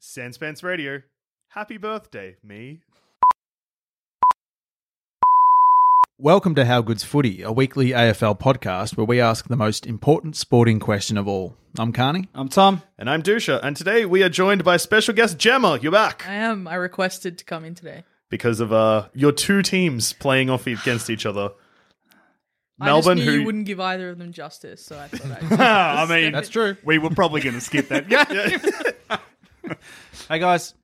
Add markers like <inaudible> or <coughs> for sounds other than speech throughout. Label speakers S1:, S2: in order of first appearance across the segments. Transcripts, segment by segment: S1: Sandspence Radio. Happy birthday, me.
S2: Welcome to How Good's Footy, a weekly AFL podcast where we ask the most important sporting question of all. I'm Carney.
S3: I'm Tom.
S1: And I'm Dusha, and today we are joined by special guest Gemma. You're back
S4: I am. I requested to come in today.
S1: because of uh, your two teams playing off e-, against each other.
S4: I
S1: Melbourne,
S4: just knew
S1: who
S4: you wouldn't give either of them justice, so I thought I'd.
S3: Ah, I mean,
S2: That's true.
S3: we were probably going to skip
S4: <laughs>
S3: that. Yeah.
S2: Hey guys,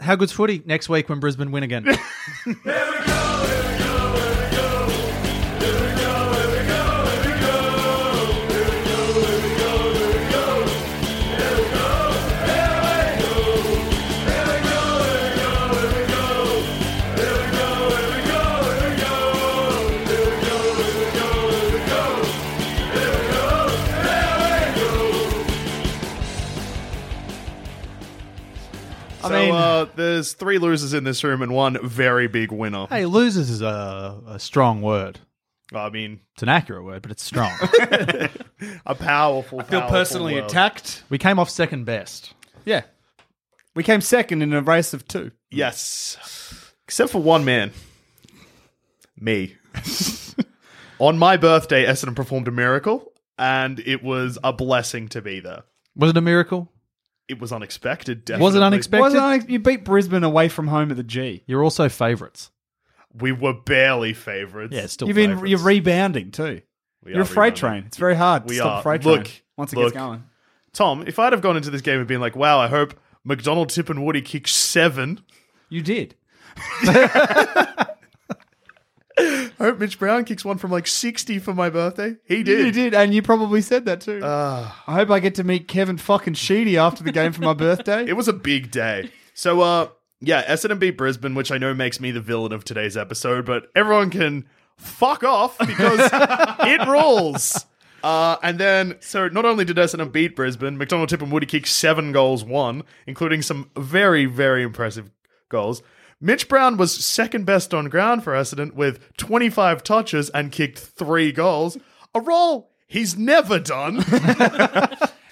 S2: How Good's Footy next week when Brisbane win again.
S1: so uh, there's three losers in this room and one very big winner.
S2: <laughs> hey, losers is a, a strong word.
S1: I mean,
S2: It's an accurate word, but
S3: <laughs>
S2: it's strong.
S1: a powerful. I
S3: Feel personally attacked.
S2: we came off second best.
S3: Yeah. We came second in a race of two.
S1: Yes, except for one man, me. <laughs> On my birthday, Essendon performed a miracle, and it was a blessing to be there.
S2: Was it a miracle?
S1: It was unexpected. Definitely.
S2: Was it unexpected?
S3: Wasn't unex- you beat Brisbane away from home at the G.
S2: You're also favourites.
S1: We were barely favourites.
S2: Yeah, still
S3: You've been,
S2: favourites.
S3: you're rebounding too.
S1: We
S3: you're
S1: are
S3: a freight
S1: rebounding.
S3: train. It's very hard to
S1: We
S3: stop
S1: are.
S3: freight
S1: Look,
S3: train once it
S1: look.
S3: gets going.
S1: Tom, if I'd have gone into this game and been like, "Wow, I hope McDonald, Tip, and Woody kick seven.
S3: You did.
S1: I hope Mitch Brown kicks one from like sixty for my birthday." He did.
S3: You did, Ah. and you probably said that too. I hope I get to meet Kevin fucking Sheedy after the game for <laughs> my birthday.
S1: It was a big day. So, uh, yeah, Essendon beat Brisbane, which I know makes me the villain of today's episode, but everyone can fuck
S3: <laughs>
S1: off because it rules. Uh, and then, so not only did Essendon beat Brisbane, McDonald Tip and Woody kicked seven goals, one, including some very, very impressive goals. Mitch Brown was second best on ground for Essendon with 25 touches and kicked three goals. A role he's
S3: <laughs>
S1: never done.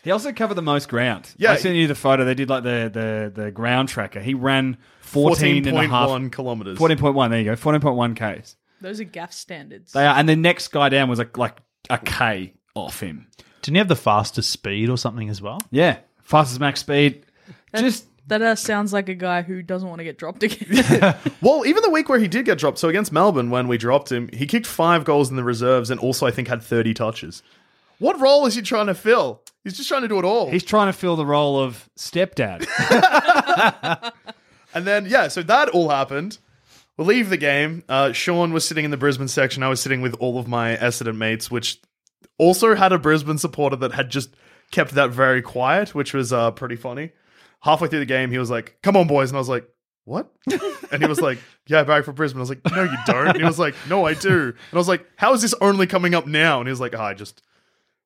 S3: He also covered the most ground.
S1: Yeah.
S3: I sent you the photo. They did like the the, the ground tracker. He ran 14 and a half.
S1: 14.1 kilometers.
S3: 14.1, there you go. 14.1 Ks.
S4: Those are gaff standards.
S3: They are, and the next guy down was like like a K off him.
S2: Didn't you have the fastest speed or something as well?
S3: Yeah, fastest max speed. Just
S4: that uh, sounds like a guy who doesn't want to get dropped again.
S1: Well, even the week where he did get dropped, so against Melbourne, when we dropped him, he kicked five goals in the reserves and also, I think, had 30 touches. What role is he trying to fill? He's just trying to do it all.
S3: he's trying to fill the role of
S2: <laughs>
S3: stepdad.
S1: and then, yeah, so that all happened. We leave the game. Uh, Sean was sitting in the Brisbane section. I was sitting with all of my Essendon mates, which also had a Brisbane supporter that had just kept that very quiet, which was uh, pretty funny. Halfway through the game, he was like, Come on, boys. And I was like, What? and he was like, Yeah, back for Brisbane. I was like, No, you don't. And he was like, No, I do. And I was like, How is this only coming up now? And he was like, "Ah, I just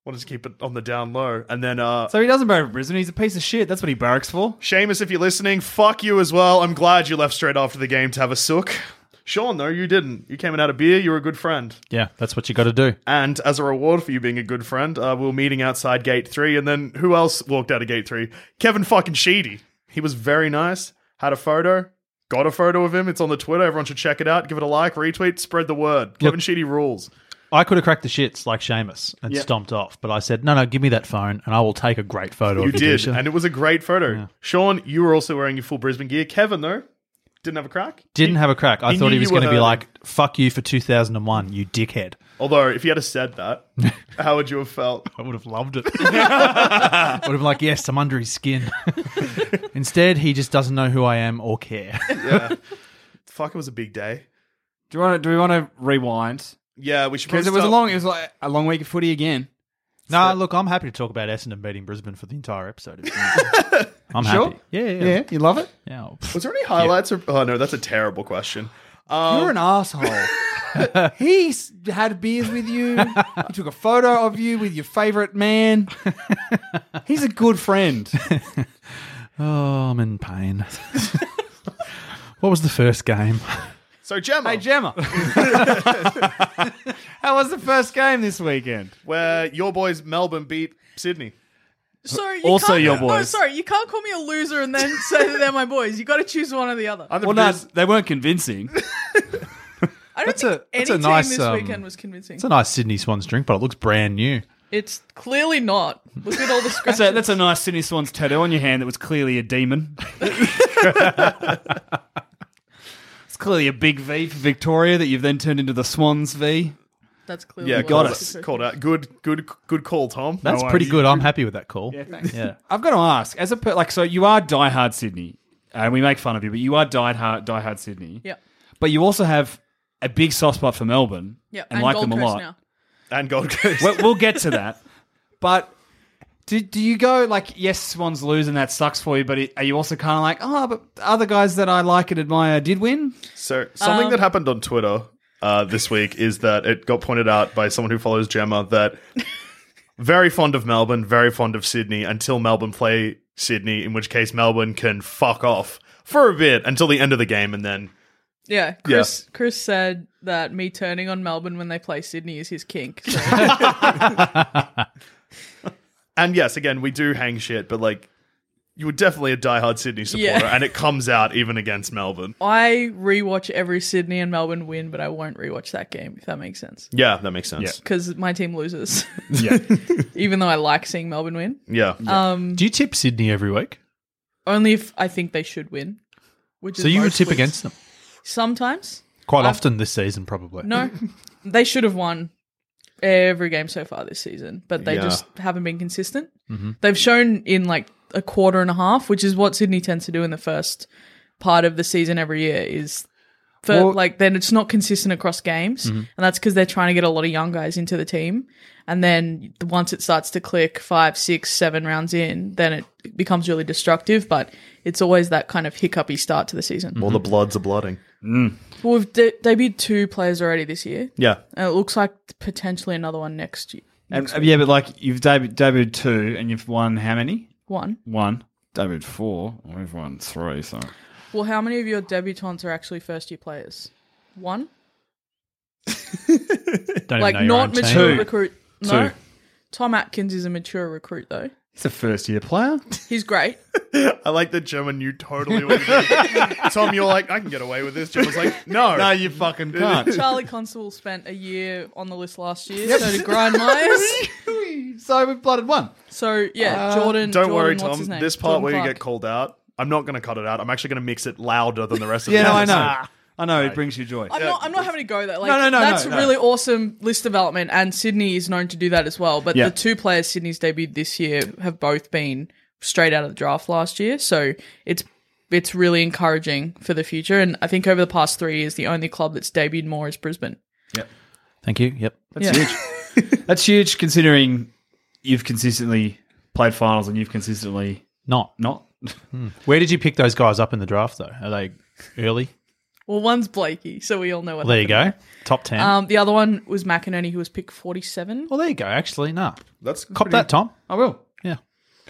S1: wanted to keep it on the down low. And then uh,
S3: so he doesn't barrack for Brisbane. He's a piece of shit. That's what he barracks for.
S1: Seamus, if you're listening, fuck you as well. I'm glad you left straight after the game to have a sook. Sean, though, you didn't. You came and had a beer. You were a good friend.
S2: Yeah, that's what you got to do.
S1: And as a reward for you being a good friend, uh, we were meeting outside Gate 3. And then who else walked out of Gate 3? Kevin fucking Sheedy. He was very nice, had a photo, got a photo of him. It's on the Twitter. Everyone should check it out. Give it a like, retweet, spread the word. Kevin Sheedy rules.
S2: I could have cracked the shits like Seamus and stomped off, but I said, no, no, give me that phone and I will take a great photo
S1: You
S2: of you.
S1: did, and it was a great photo. Sean, you were also wearing your full Brisbane gear. Kevin, though, didn't have a crack.
S2: Didn't have a crack. I
S1: He
S2: thought
S1: knew
S2: he was
S1: you were
S2: going to be
S1: hurting.
S2: like, fuck you for 2001, you dickhead.
S1: Although, if you had have said
S5: <laughs>
S1: that, how would you have felt?
S2: I would have loved <laughs> it. I would have been like, yes, I'm under his <laughs> skin. Instead, he just doesn't know who I am or care. <laughs>
S1: Fuck, it was a big day.
S5: Do you want to? Do we want to rewind?
S1: Yeah, we should
S5: Because
S1: probably
S5: it was a
S1: start-
S5: long. It was like a long week of footy again.
S2: no, look, I'm happy to talk about Essendon beating Brisbane for the entire episode. <laughs> if you- I'm
S5: Sure.
S2: happy. Yeah, yeah, yeah.
S5: Yeah, you love it.
S2: Yeah, I'll-
S1: Was there any highlights? Or, oh no, that's a terrible question.
S5: You're an <laughs> asshole. He's had beers with you. He took a photo of you with your favorite man. He's a good friend.
S2: Oh, I'm in pain. <laughs> what was the first game?
S1: So Gemma,
S5: Hey, Gemma. <laughs> How was the first game this weekend?
S1: where your boys Melbourne beat Sydney.
S4: So you
S5: Also
S4: can't,
S5: your
S4: Oh,
S5: boys.
S4: sorry, you can't call me a loser and then say that they're my boys. You got to choose one or the other.
S1: I'm the
S5: Well, no,
S1: Bris-
S5: they weren't convincing.
S4: I don't
S2: That's
S4: think
S2: a- that's
S4: any
S2: a nice,
S4: team this
S2: um,
S4: weekend was convincing.
S2: It's a nice Sydney Swans drink, but it looks brand new.
S4: It's clearly not. Look at all the scratches.
S5: <laughs> So that's a nice Sydney Swans tattoo on your hand that was clearly a demon. <laughs> it's clearly a big V for Victoria that you've then turned into the Swans V.
S4: That's clearly
S1: yeah,
S4: what
S1: called
S4: it
S1: out-
S4: was.
S1: Called out. Good, good, good call, Tom.
S2: That's
S5: No
S2: pretty
S5: worries.
S2: good. I'm happy with that call.
S5: Yeah. I've got to ask, as a per- like, so you are diehard Sydney, and we make fun of you, but you are diehard diehard Sydney.
S4: Yeah.
S5: But you also have a big soft spot for Melbourne.
S4: Yeah,
S5: and, like
S4: Gold
S5: them a
S4: Coast
S5: lot.
S4: now.
S1: and Gold Coast.
S5: Well, we'll
S4: <laughs>
S5: get to that. But do, do you go like, yes, Swans lose and that sucks for you, but it, are you also kind of like, oh, but other guys that I like and admire did win?
S1: So something
S4: Um,
S1: that happened on Twitter uh, this week is that it got pointed out by someone who follows Gemma
S4: <laughs>
S1: that very fond of Melbourne, very fond of Sydney until Melbourne play Sydney, in which case Melbourne can fuck off for a bit until the end of the game, and then
S4: Yeah, Chris. Chris said that me turning on Melbourne when they play Sydney is his kink. So
S1: and yes, again we do hang shit, but like you were definitely a diehard Sydney supporter,
S4: Yeah.
S1: and it comes out even against Melbourne.
S4: I rewatch every Sydney and Melbourne win, but I won't rewatch that game if that makes sense.
S1: Yeah, that makes sense.
S4: Because my
S2: <laughs>
S4: team loses,
S5: <laughs> Yeah.
S4: even though I like seeing Melbourne win.
S1: Yeah,
S4: Um,
S2: Do you tip Sydney every week?
S4: only if I think they should win. Which
S2: So
S4: is
S2: you would
S4: most
S2: tip
S4: weeks.
S2: against them
S4: Sometimes,
S5: Um,
S2: quite often this season, probably.
S4: no, <laughs> they should have won every game so far this season, but they
S1: Yeah.
S4: just haven't been consistent. They've shown in like a quarter and a half, which is what Sydney tends to do in the first part of the season every year. Is for
S5: Well-
S4: like then it's not consistent across games, and that's because they're trying to get a lot of young guys into the team. And then once it starts to click five, six, seven rounds in, then it becomes really destructive. But it's always that kind of hiccupy start to the season.
S1: all the bloods are blooding.
S4: Well, we've de- debuted two players already this year.
S1: Yeah,
S4: And it looks like potentially another one next year.
S5: And, yeah, but like you've debu- debuted two and you've won how many?
S4: One.
S5: One. Debuted four. We've won three, so.
S4: Well, how many of your debutantes are actually first year players? One?
S2: Don't
S4: like,
S2: even know your
S4: not
S2: own team.
S4: mature
S5: Two.
S4: recruit. No.
S5: Two.
S4: Tom Atkins is a mature recruit, though.
S5: He's a first year player.
S4: He's
S1: <laughs>
S4: great.
S1: I like that Gemma knew totally what to
S5: <laughs>
S1: do. Tom, you're like, I can get away with this. Gemma's like, no.
S5: no,
S1: <laughs>
S5: you fucking <laughs> can't.
S4: <laughs> Charlie Constable spent a year on the list last year. So did Grind
S1: <laughs>
S4: Myers.
S5: so we blooded one.
S4: so, yeah, Jordan.
S1: Uh, Don't
S4: Jordan,
S1: worry,
S4: what's
S1: Tom.
S4: his name?
S1: This part
S4: Jordan
S1: where you
S4: Clark.
S1: get called out, I'm not going to cut it out. I'm actually going to mix it louder than the rest of
S5: Yeah,
S1: the
S5: no, I
S1: others.
S4: Ah.
S5: know. I know, it brings you joy.
S4: I'm not. I'm not having to go though. Like,
S5: No, no, no,
S4: That's
S5: no, no.
S4: really awesome list development, and Sydney is known to do that as well. But the
S5: Yeah.
S4: two players Sydney's debuted this year have both been straight out of the draft last year, so it's it's really encouraging for the future. And I think over the past three years, the only club that's debuted more is Brisbane.
S2: Thank you. Yep.
S4: Yeah.
S5: <laughs> That's huge considering you've consistently played finals and you've consistently
S2: Not.
S5: not.
S2: Where did you pick those guys up in the draft, though? Are they early?
S4: Well, one's Blakey, so we all know what.
S2: There you go.
S5: <laughs>
S4: happened
S2: Top 10.
S4: Um, the other one was McInerney, who was picked 47.
S2: well, there you go. Actually, nah.
S1: That's
S2: Cop that, Tom.
S5: I will.
S2: Yeah.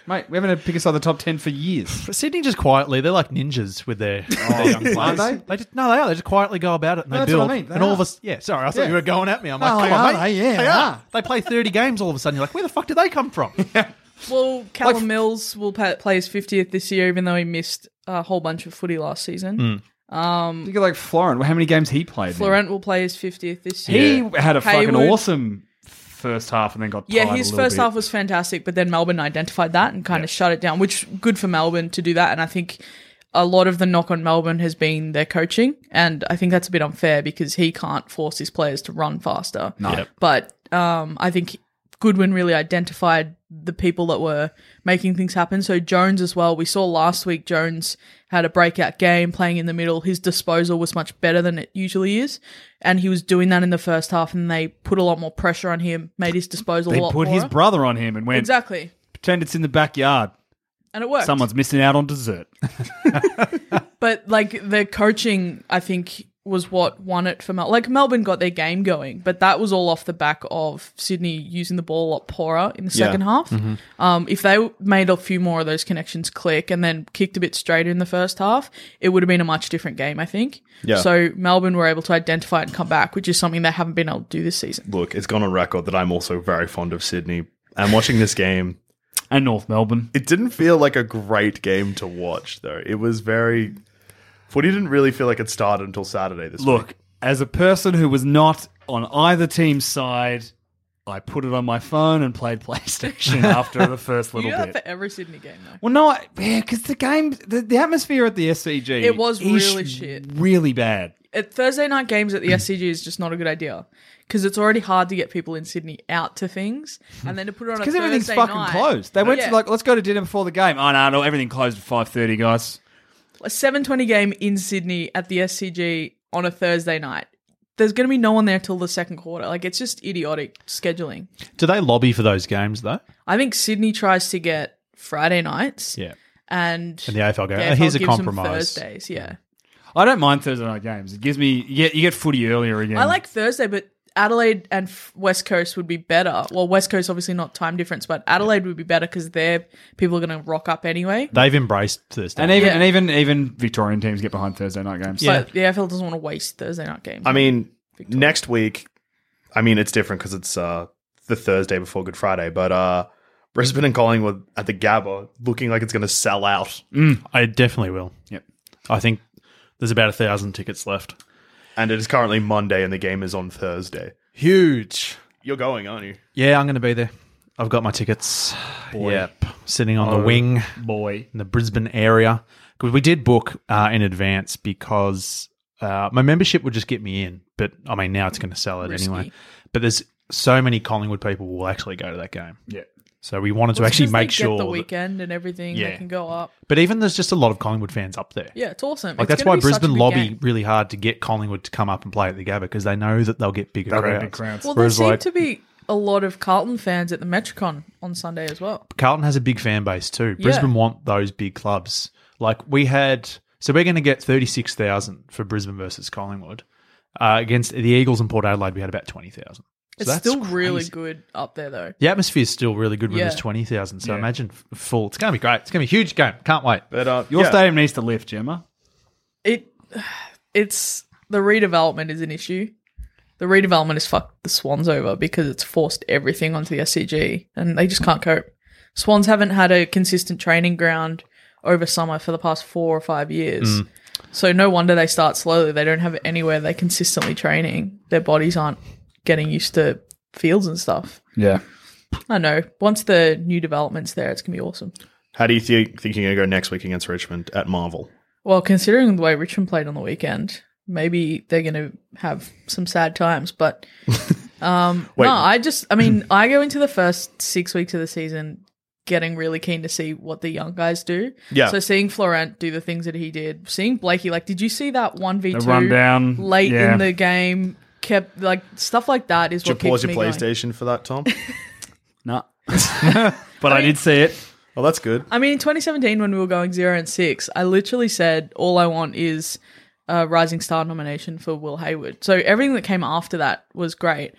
S5: Mate, we haven't had pick aside the top 10 for years.
S2: But Sydney just quietly, they're like ninjas with their, with their young players.
S5: Aren't Oh. they?
S2: just, no, they are. They just quietly go about it and they
S5: that's
S2: build.
S5: what I mean. They
S2: and all of
S5: are.
S2: us, yeah, sorry, I thought
S5: Yeah.
S2: you were going at me. I'm
S5: No,
S2: like, come on,
S5: Oh, they are,
S2: mate.
S5: yeah,
S2: they
S5: they
S2: are.
S5: are.
S2: They play 30 games all of a sudden. You're like, where the fuck did they come
S5: <laughs>
S2: from?
S4: Well, Callum
S5: Hmm.
S4: Mills will pa- play his 50th this year, even though he missed a whole bunch of footy last season.
S5: Think of like Florent. How many games he played? now.
S4: Florent will play his 50th this year.
S5: He had a fucking
S4: Hayward.
S5: awesome first half and then got
S4: Yeah,
S5: tired
S4: his
S5: a little
S4: first
S5: bit.
S4: half was fantastic, but then Melbourne identified that and kind of shut it down, which good for Melbourne to do that. And I think a lot of the knock on Melbourne has been their coaching, and I think that's a bit unfair because he can't force his players to run faster. No, but um, I think Goodwin really identified the people that were making things happen. So Jones as well. We saw last week Jones had a breakout game playing in the middle. His disposal was much better than it usually is. And he was doing that in the first half and they put a lot more pressure on him, made his disposal
S5: They
S4: a lot
S5: put his
S4: poorer.
S5: brother on him and went,
S4: Exactly.
S5: pretend it's in the backyard.
S4: And it worked.
S5: Someone's missing out on <laughs> dessert.
S4: But like the coaching, I think was what won it for Mel. Like Melbourne got their game going, but that was all off the back of Sydney using the ball a lot poorer in the
S5: Yeah. Mm-hmm.
S4: second half. Um, if they made a few more of those connections click and then kicked a bit straighter in the first half, it would have been a much different game, I think.
S1: Yeah.
S4: So Melbourne were able to identify it and come back, which is something they haven't been able to do this season.
S1: Look, it's gone on record that I'm also very fond of Sydney. And watching this game,
S5: And North Melbourne.
S1: it didn't feel like a great game to watch, though. It was very. Footy didn't really feel like it started until Saturday this week.
S5: Look, as a person who was not on either team's side, I put it on my phone and played <laughs> PlayStation after the first
S4: You
S5: little
S4: do that
S5: bit.
S4: for every Sydney game though.
S5: Well, no, I- yeah, because the game, the, the atmosphere at the SCG,
S4: It was
S5: is
S4: really shit.
S5: really bad.
S4: at Thursday night games at the SCG is just not a good idea because it's already hard to get people in Sydney out to things, and then to put it on
S5: <laughs> Because
S4: a
S5: everything's
S4: Thursday
S5: fucking
S4: night-
S5: closed. They went
S4: Yeah.
S5: to like, let's go to dinner before the game. Oh no, no, everything closed at five thirty, guys.
S4: a seven twenty game in Sydney at the SCG on a Thursday night. There's going to be no one there till the second quarter. Like it's just idiotic scheduling.
S2: Do they lobby for those games though?
S4: I think Sydney tries to get Friday nights,
S2: Yeah.
S4: and
S2: And the AFL go,
S4: the
S2: "Oh, here's a
S4: gives them
S2: compromise.
S4: Thursdays, yeah.
S5: I don't mind Thursday night games. It gives me you get you get footy earlier again.
S4: I like Thursday, but Adelaide and F- West Coast would be better. Well, West Coast obviously not time difference, but Adelaide would be better because their people are going to rock up anyway.
S2: They've embraced Thursday.
S5: and even
S4: Yeah.
S5: and even even Victorian teams get behind Thursday night games.
S2: Yeah.
S4: But the AFL doesn't want to waste Thursday night games.
S1: I mean, next week, I mean, it's different because it's uh, the Thursday before Good Friday, but uh, Brisbane and Collingwood at the Gabba looking like it's going to sell out.
S2: I definitely will.
S5: Yep.
S2: I think there's about a thousand tickets left.
S1: And it is currently Monday and the game is on Thursday.
S2: Huge.
S1: You're going, aren't you?
S2: Yeah, I'm going to be there. I've got my tickets. Yep. Sitting on the wing
S5: Oh, boy.
S2: in the Brisbane area. 'Cause we did book uh, in advance because uh, my membership would just get me in. But I mean, now it's going to sell it anyway. But there's so many Collingwood people will actually go to that game.
S5: Yeah.
S2: So we wanted to
S4: Well, it's
S2: actually
S4: because they
S2: make
S4: get
S2: sure.
S4: the
S2: that-
S4: weekend and everything they
S2: Yeah.
S4: can go up.
S2: but even there's just a lot of Collingwood fans up there.
S4: Yeah, it's awesome.
S2: Like
S4: It's
S2: that's
S4: gonna
S2: why
S4: be such a
S2: Brisbane
S4: big
S2: lobby
S4: game.
S2: really hard to get Collingwood to come up and play at the Gabba because they know that they'll get bigger
S5: They'll get
S2: crowds.
S5: big crowds.
S4: Well, there
S2: Whereas
S4: seem
S2: like
S4: to be a lot of Carlton fans at the Metricon on Sunday as well.
S2: Carlton has a big fan base too. Brisbane want those big clubs. Like we had, so we're going to get thirty six thousand for Brisbane versus Collingwood uh, against the Eagles and Port Adelaide. We had about twenty thousand.
S4: It's still really good up there though.
S2: The atmosphere is still really good when there's
S4: Yeah.
S2: twenty thousand. So imagine f- full. It's going to be great. It's going to be a huge game. Can't wait.
S1: But uh,
S5: Your
S1: yeah.
S5: stadium needs to lift, Gemma.
S4: It, it's the redevelopment is an issue. The redevelopment has fucked the Swans over because it's forced everything onto the SCG and they just can't cope. Swans haven't had a consistent training ground over summer for the past four or five years. So no wonder they start slowly. They don't have anywhere they're consistently training. Their bodies aren't getting used to fields and stuff.
S5: Yeah.
S4: I know. Once the new development's there, it's going to be awesome.
S1: How do you think, think you're going to go next week against Richmond at Marvel?
S4: Well, considering the way Richmond played on the weekend, maybe they're going to have some sad
S1: <laughs>
S4: times. But um,
S1: Wait.
S4: no, I just, I mean, I go into the first six weeks of the season getting really keen to see what the young guys do.
S1: Yeah.
S4: So seeing Florent do the things that he did, seeing Blakey, like, did you see that one v
S5: The
S4: two
S5: rundown.
S4: late
S5: Yeah.
S4: in the game? Kept like stuff like that is
S1: Did you
S4: what keeps
S1: pause
S4: me
S1: your
S4: going.
S1: PlayStation for that, Tom?
S4: <laughs>
S5: No. <laughs> but I did see it.
S1: oh, that's good.
S4: I mean, in 2017, when we were going zero and six, I literally said, "All I want is a Rising Star nomination for Will Hayward." So everything that came after that was great.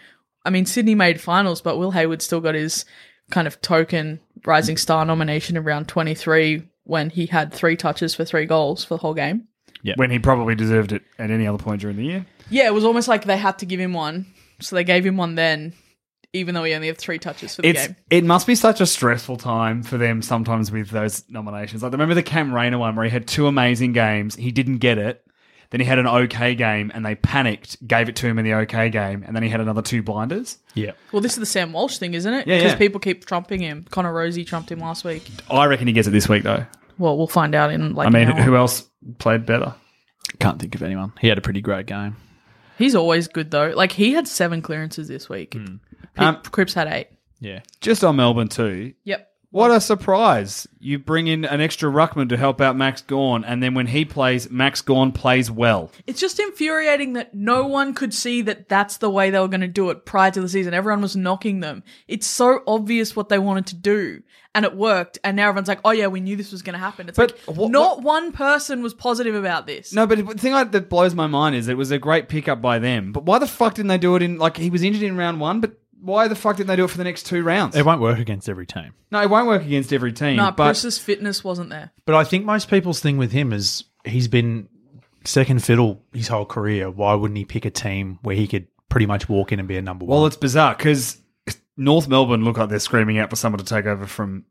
S4: I mean, Sydney made finals, but Will Hayward still got his kind of token Rising Star nomination in round 23 when he had three touches for three goals for the whole game.
S5: When he probably deserved it at any other point during the year.
S4: Yeah, it was almost like they had to give him one, so they gave him one then, even though he only had three touches for the
S5: It's
S4: game.
S5: it must be such a stressful time for them sometimes with those nominations. Like remember the Cam Rayner one where he had two amazing games, he didn't get it, Then he had an okay game and they panicked, gave it to him in the okay game, and then he had another two blinders.
S2: Yeah.
S4: Well, this is the Sam Walsh thing, isn't it?
S5: Yeah,
S4: Because
S5: yeah.
S4: people keep trumping him. Connor Rosie trumped him last week.
S5: I reckon he gets it this week though.
S4: Well, we'll find out in like.
S5: I mean,
S4: an hour.
S5: who else played better?
S2: Can't think of anyone. He had a pretty great game.
S4: He's always good though. Like he had seven clearances this week. Pe-
S5: Um,
S4: Cripps had eight.
S2: Yeah.
S5: Just on Melbourne too.
S4: Yep.
S5: What a surprise! You bring in an extra ruckman to help out Max Gorn, and then when he plays, Max Gorn plays well.
S4: It's just infuriating that no one could see that that's the way they were going to do it prior to the season. Everyone was knocking them. It's so obvious what they wanted to do, and it worked. And now everyone's like, "Oh yeah, we knew this was going to happen." It's
S5: But
S4: like
S5: what-
S4: not
S5: what-
S4: one person was positive about this.
S5: No, but the thing I, that blows my mind is it was a great pickup by them. But why the fuck didn't they do it in like he was injured in round one? But why the fuck didn't they do it for the next two rounds?
S2: It won't work against every team.
S5: no, it won't work against every team.
S4: no,
S5: but
S4: Bruce's fitness wasn't there.
S2: But I think most people's thing with him is he's been second fiddle his whole career. Why wouldn't he pick a team where he could pretty much walk in and be a number
S5: well,
S2: one?
S5: it's bizarre because North Melbourne look like they're screaming out for someone to take over from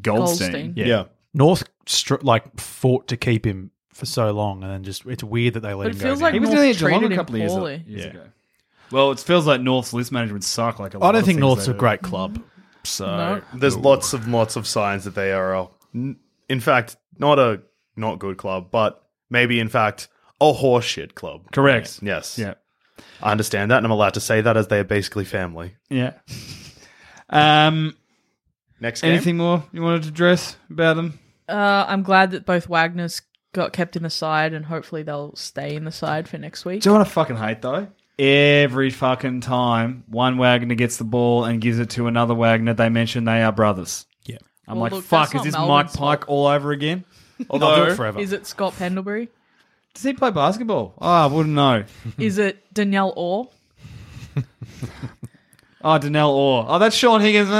S5: Goldstein.
S4: Goldstein.
S2: yeah.
S1: Yeah.
S2: North str- like fought to keep him for so long, and then just it's weird that they let
S4: But
S2: him
S4: it
S2: go.
S4: feels
S2: down.
S4: like
S5: He was
S4: North
S5: only at Geelong a
S4: treated him
S5: couple of years,
S4: poorly.
S5: years ago. Well, it feels like North's list management suck. Like a lot
S2: I don't
S5: of
S2: think
S5: things
S2: North's
S5: they
S2: a
S5: do.
S2: great club.
S5: So
S4: No.
S1: There's lots and lots of signs that they are, a, n- in fact, not a not good club, but maybe in fact a horseshit club.
S5: correct.
S1: Yes.
S5: Yeah.
S1: I understand that, and I'm allowed to say that as they are basically family.
S5: Yeah. Um.
S1: Next game.
S5: Anything more you wanted to address about them?
S4: Uh, I'm glad that both Wagners got kept in the side, and hopefully they'll stay in the side for next week.
S5: Do you want to fucking hate though? Every fucking time one Wagner gets the ball and gives it to another Wagner, they mention they are brothers.
S2: Yeah.
S5: I'm
S4: Well,
S5: like,
S4: look, that's
S5: fuck, is
S4: not
S5: this Mike
S4: Melbourne's
S5: Pike all over again?
S2: I'll do
S5: Although,
S2: it forever.
S4: Is it Scott Pendlebury?
S5: does he play basketball? Oh, I wouldn't know.
S4: Is it Danielle Orr?
S5: Oh, Danelle Orr. Oh, that's Sean Higgins. <laughs>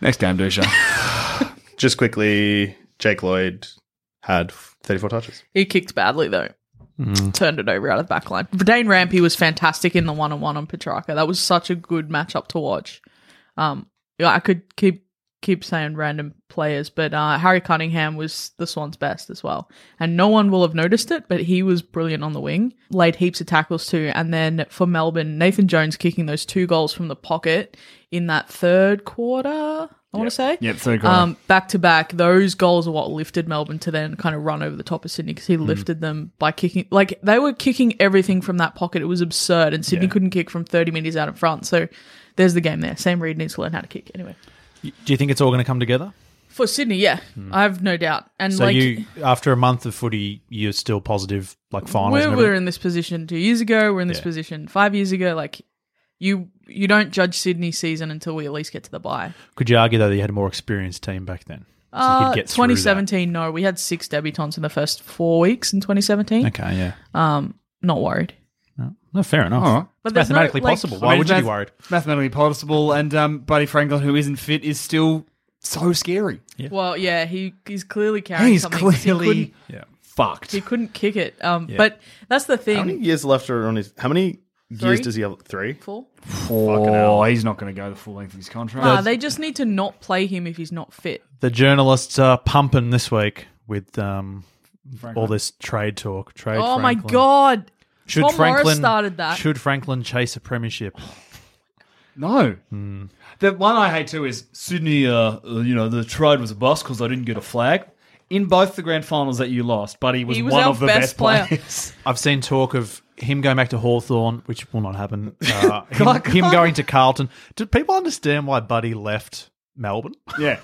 S5: Next game, Dusha.
S1: Just quickly, Jake Lloyd had 34 touches.
S4: He kicked badly though.
S5: Mm.
S4: Turned it over out of the back line. Dane Rampy was fantastic in the one on one on Petrarca. That was such a good matchup to watch. Um, yeah, I could keep keep saying random players, but uh, Harry Cunningham was the Swans' best as well, and no one will have noticed it, but he was brilliant on the wing, laid heaps of tackles too, and then for Melbourne, Nathan Jones kicking those two goals from the pocket in that third quarter. I want to say,
S5: Yep, third quarter.
S4: um, back to back, those goals are what lifted Melbourne to then kind of run over the top of Sydney because he
S2: Mm.
S4: lifted them by kicking. Like they were kicking everything from that pocket. It was absurd, and Sydney couldn't kick from thirty meters out in front. So there's the game there. Sam Reed needs to learn how to kick anyway.
S2: Do you think it's all going to come together?
S4: For Sydney, yeah, I have no doubt. And
S2: Mm. So
S4: like
S2: you, after a month of footy, you're still positive, like finals.
S4: we
S2: and
S4: were
S2: everything?
S4: in this position two years ago. We're in this
S2: Yeah.
S4: position five years ago. Like you, you don't judge Sydney season until we at least get to the bye.
S2: Could you argue though that you had a more experienced team back then? So you
S4: Uh,
S2: could get through that.
S4: 2017, no, we had six debutants in the first four weeks in 2017.
S2: Okay, yeah.
S4: Not worried.
S2: No, fair enough.
S5: All right.
S4: But
S2: It's
S4: there's no,
S2: mathematically
S4: like-
S2: possible. Why
S5: I mean,
S2: would you be
S5: math-
S2: worried?
S5: Mathematically possible, and um, Buddy Franklin, who isn't fit, is still
S3: So scary.
S4: Well, yeah, he he's clearly carrying
S5: He's
S4: something. 'cause he,
S5: clearly <laughs>
S4: couldn't,
S2: Yeah.
S5: fucked.
S4: he couldn't kick it. Um, but that's the
S1: How many
S4: thing.
S1: years left are on his? How many
S4: Three.
S1: years does he have? Three.
S4: Four.
S5: Oh, he's not going to go the full length of his contract.
S4: Nah, they just need to not play him if he's not fit.
S2: The journalists are pumping this week with um,
S5: Franklin.
S2: all this trade talk. Trade.
S4: Oh my
S2: Franklin.
S4: god.
S2: Should
S4: Tom Morris
S2: Franklin
S4: started that.
S2: Should Franklin chase a premiership?
S5: No. The one I hate too is Sydney. Uh, uh, you know, the trade was a bust because I didn't get a flag in both the grand finals that you lost. But he was,
S4: He was
S5: one
S4: our
S5: of the
S4: best
S5: best,
S4: player. <laughs>
S5: players.
S2: I've seen talk of him going back to Hawthorn, which will not happen.
S4: <laughs>
S2: Uh, him,
S5: God.
S2: him going to Carlton. Do people understand why Buddy left Melbourne?
S4: <laughs>
S5: yeah.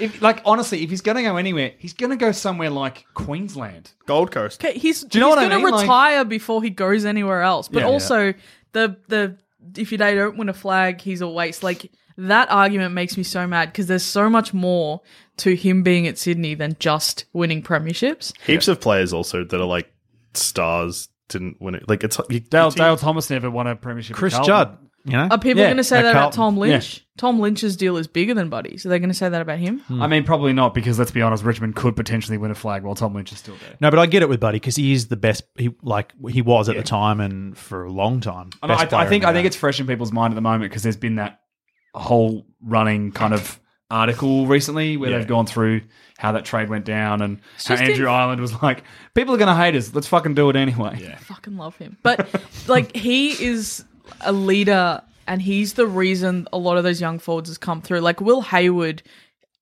S5: If, like honestly, if he's going to go anywhere, he's going to go somewhere like Queensland.
S1: Gold Coast.
S4: Okay, he's
S5: you know
S4: he's
S5: what I
S4: gonna
S5: mean? Like-
S4: retire before he goes anywhere else. But
S5: Yeah.
S4: also the the if you they don't win a flag, he's a waste. Like that argument makes me so mad because there's so much more to him being at Sydney than just winning premierships.
S1: Heaps of players also that are like stars didn't win it. Like it's you,
S5: Dale,
S1: you-
S5: Dale Thomas never won a premiership. at
S2: Chris
S5: Carlton.
S2: Judd. You know,
S4: Are people
S5: Yeah,
S4: going to say
S2: at
S4: that about
S2: Carlton.
S4: Tom Lynch? Tom Lynch's deal is bigger than Buddy's. Are they going to say that about him?
S5: I mean, probably not because let's be honest, Richmond could potentially win a flag while Tom Lynch is still there.
S2: No, but I get it with Buddy because he is the best. He like he was at the time and for a long time.
S5: And
S2: Best
S5: I, I
S2: player in
S5: think
S2: the
S5: I think
S2: game.
S5: it's fresh in people's mind at the moment because there's been that whole running kind of article recently where
S2: Yeah.
S5: they've gone through how that trade went down and how
S4: just
S5: Andrew
S4: in-
S5: Ireland was like, people are going to hate us. Let's fucking do it anyway. Yeah.
S4: fucking love him. But like he is a leader and he's the reason a lot of those young forwards has come through. Like Will Hayward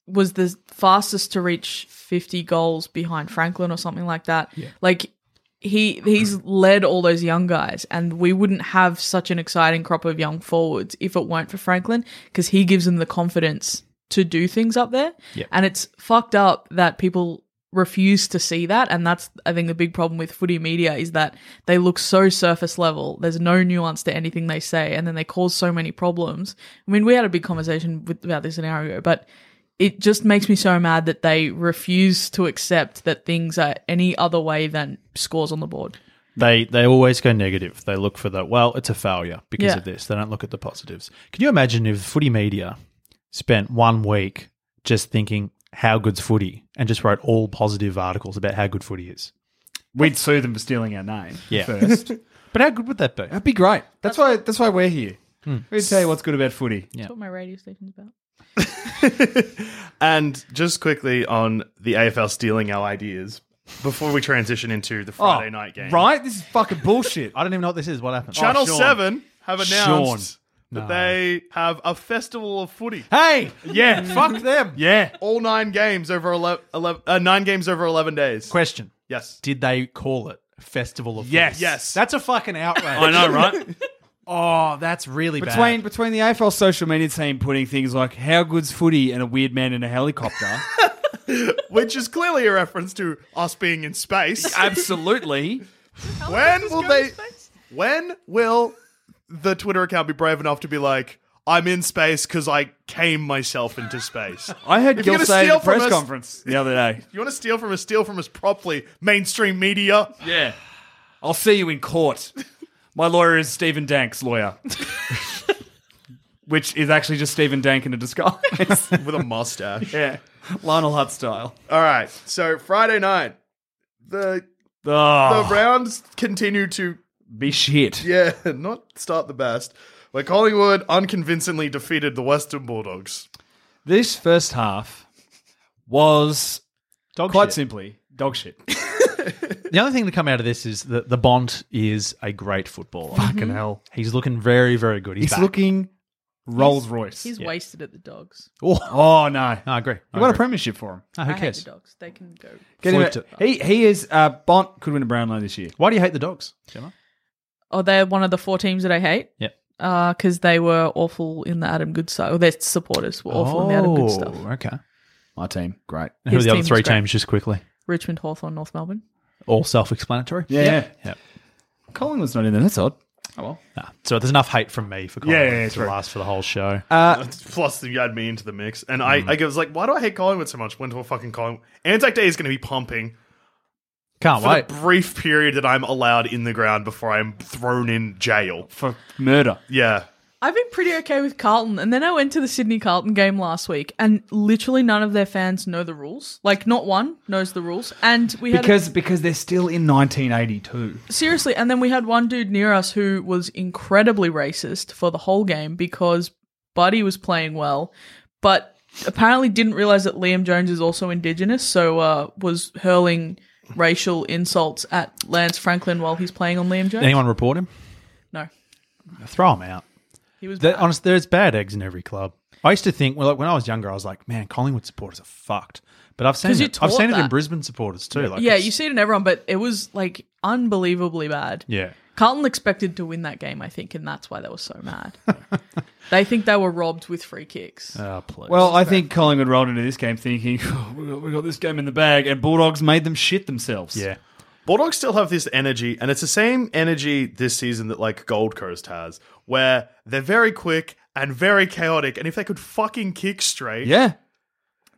S4: was the fastest to reach 50 goals behind Franklin or something like that. Like he he's led all those young guys and we wouldn't have such an exciting crop of young forwards if it weren't for Franklin because he gives them the confidence to do things up there. And it's fucked up that people refuse to see that and that's I think the big problem with footy media is that they look so surface level. There's no nuance to anything they say and then they cause so many problems. I mean, we had a big conversation with, about this an hour ago, but it just makes me so mad that they refuse to accept that things are any other way than scores on the board.
S2: They they always go negative. They look for the well, it's a failure because
S4: Yeah.
S2: of this. They don't look at the positives. Can you imagine if footy media spent one week just thinking how good's footy and just wrote all positive articles about how good footy is?
S5: We'd sue them for stealing our name
S2: Yeah.
S5: first.
S2: But how good would that be?
S3: That'd be great.
S5: that's why That's why we're here. We'd tell you what's good about footy.
S2: Yeah.
S4: That's what my radio station's about.
S1: And just quickly on the AFL stealing our ideas before we transition into
S2: Oh,
S1: the Friday night game.
S3: Right? This is fucking
S5: <laughs>
S3: bullshit.
S2: I don't even know what this is. What happened?
S1: Channel
S2: Oh, Sean.
S1: 7 have announced
S2: Sean.
S1: that
S2: No.
S1: they have a festival of footy.
S2: Hey,
S1: Yeah.
S2: fuck them.
S5: Yeah.
S1: All nine games over 11, uh, nine games over 11 days.
S2: Question:
S1: Yes.
S2: Did they call it Festival of?
S5: Yes.
S2: Footy?
S1: Yes.
S2: That's a fucking outrage.
S5: I know, right?
S2: <laughs> Oh, that's really
S5: Between
S2: bad.
S5: between the AFL social media team putting things like how good's footy and a weird man in a helicopter,
S1: Which is clearly a reference to us being in space.
S5: <laughs> absolutely.
S1: <laughs> when will they when will the twitter account be brave enough to be like i'm in space because i came myself into space
S5: I heard
S1: If you're
S5: Gil
S1: gonna
S5: say at
S1: steal
S5: a press
S1: from us-
S5: conference the other day.
S1: you want to steal from us steal from us properly mainstream media
S5: <laughs> Yeah, I'll see you in court. My lawyer is Stephen Dank's lawyer, <laughs> which is actually just Stephen Dank in a disguise. <laughs>
S1: with a mustache
S5: yeah, Lionel Hutz style.
S1: all right so friday night the the
S5: Oh,
S1: rounds continue to
S5: be
S1: <laughs>
S5: shit.
S1: yeah not start the best where collingwood unconvincingly defeated the western bulldogs
S5: This first half was
S2: Dog
S5: quite
S2: shit.
S5: simply dog shit.
S2: The other thing to come out of this is that the Bond is a great footballer.
S5: Fucking hell.
S2: He's looking very, very good. He's,
S5: He's
S2: back.
S5: looking Rolls Royce.
S4: He's wasted at the dogs.
S2: Oh,
S5: Oh no!
S2: no, I agree. I
S5: He won a
S2: agree.
S5: premiership for him.
S2: No,
S4: I
S2: Ah, who
S4: hate the
S2: cares?
S4: dogs. They can go.
S5: Get him
S2: Flipped
S5: a- he he is uh, Bont could win a Brownlow this year.
S2: Why do you hate the dogs, Gemma?
S4: Oh, they're one of the four teams that I hate.
S2: Yeah.
S4: because they were awful in the Adam Good stuff. Or their supporters were awful in the Adam Good stuff.
S2: Oh, okay.
S5: My team,
S2: <laughs>
S5: great.
S2: And who are
S4: His
S2: the other
S4: team
S2: three
S4: was great.
S2: teams, just quickly?
S4: Richmond, Hawthorn, North Melbourne.
S2: All self-explanatory.
S5: Yeah, yeah.
S2: Yeah.
S5: Collingwood's not in there. That's odd. Oh well.
S2: Nah. So there's enough hate from me for
S5: Yeah, yeah,
S2: Collingwood
S5: yeah, Uh,
S2: to
S5: true.
S2: last for the whole show.
S1: <laughs> Plus, you add me into the mix, and I, I was like, why do I hate Collingwood so much? Went to a fucking Collingwood. Anzac Day is going to be pumping
S2: Can't
S1: for
S2: wait.
S1: the brief period that I'm allowed in the ground before I'm thrown in jail.
S5: For murder.
S1: Yeah,
S4: I've been pretty okay with Carlton, and then I went to the Sydney Carlton game last week, and literally none of their fans know the rules. Like, not one knows the rules, and we had
S5: Because because they're still in 1982.
S4: seriously, and then we had one dude near us who was incredibly racist for the whole game because Buddy was playing well, but apparently didn't realize that Liam Jones is also Indigenous, so uh, was hurling racial insults at Lance Franklin while he's playing on Liam Jones.
S2: Anyone report him?
S4: No,
S2: Throw him out.
S4: he was.
S2: That,
S4: bad.
S2: honestly, there's bad eggs in every club. I used to think, well, like when I was younger, I was like, man, Collingwood supporters are fucked. But I've seen
S4: 'Cause you
S2: it. I've seen
S4: taught
S2: it in
S4: that.
S2: Brisbane supporters too. Like,
S4: yeah,
S2: it's-
S4: you see it in everyone, but it was like unbelievably bad.
S2: Yeah.
S4: Carlton expected to win that game, I think, and that's why they were so
S2: <laughs>
S4: mad. they think they were robbed with free kicks.
S2: Oh, please.
S5: Well, I think Collingwood rolled into this game thinking <laughs> "Oh, we, got, we got this game in the bag, and Bulldogs made them shit themselves.
S2: yeah.
S1: Bulldogs still have this energy, and it's the same energy this season that like Gold Coast has, where they're very quick and very chaotic, and if they could fucking kick straight,
S5: yeah.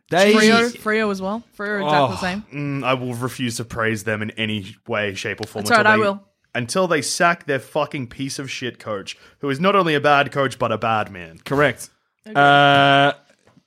S5: They
S4: Frio, Frio as well. Frio are exactly
S2: Oh.
S4: the same.
S1: mm, I will refuse to praise them in any way, shape, or form.
S4: That's right,
S1: until
S4: I
S1: they-
S4: will.
S1: Until they sack their fucking piece of shit coach, who is not only a bad coach but a bad man.
S5: correct. Uh,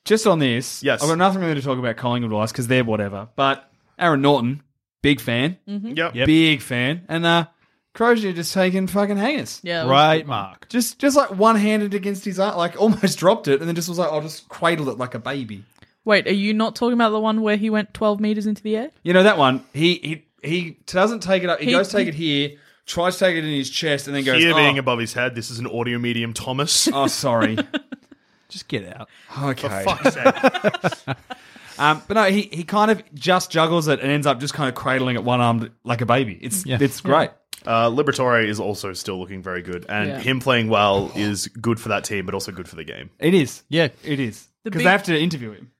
S5: just on this,
S1: Yes.
S5: I've got nothing really to talk about Collingwood wise because
S4: Mm-hmm.
S5: they're whatever. But Aaron Norton, big fan,
S1: Yep.
S5: big fan, and uh,
S3: Crozier just taking fucking hangers.
S4: Yeah.
S2: Great mark.
S3: Just just like one handed against his arm, like almost dropped it, and then just was like, I'll just cradle it like a baby.
S4: Wait, are you not talking about the one where he went 12 meters into the air?
S3: You know that one. He he he doesn't take it up. He,
S4: He-
S3: goes to take it here, tries to take it in his chest, and then goes.
S1: Here
S3: oh,
S1: being above his head, this is an audio medium, Thomas. <laughs>
S3: oh, sorry.
S2: Just get out.
S3: okay.
S1: Fuck's sake.
S3: Um, but no, he, he kind of just juggles it and ends up just kind of cradling it one armed like a baby. It's
S2: Yeah.
S3: it's great.
S1: Uh, Liberatore is also still looking very good, and
S4: Yeah.
S1: him playing well is good for that team, but also good for the game.
S3: It is.
S2: Yeah.
S3: It is.
S4: The
S3: Because
S4: big-
S3: they have to interview him.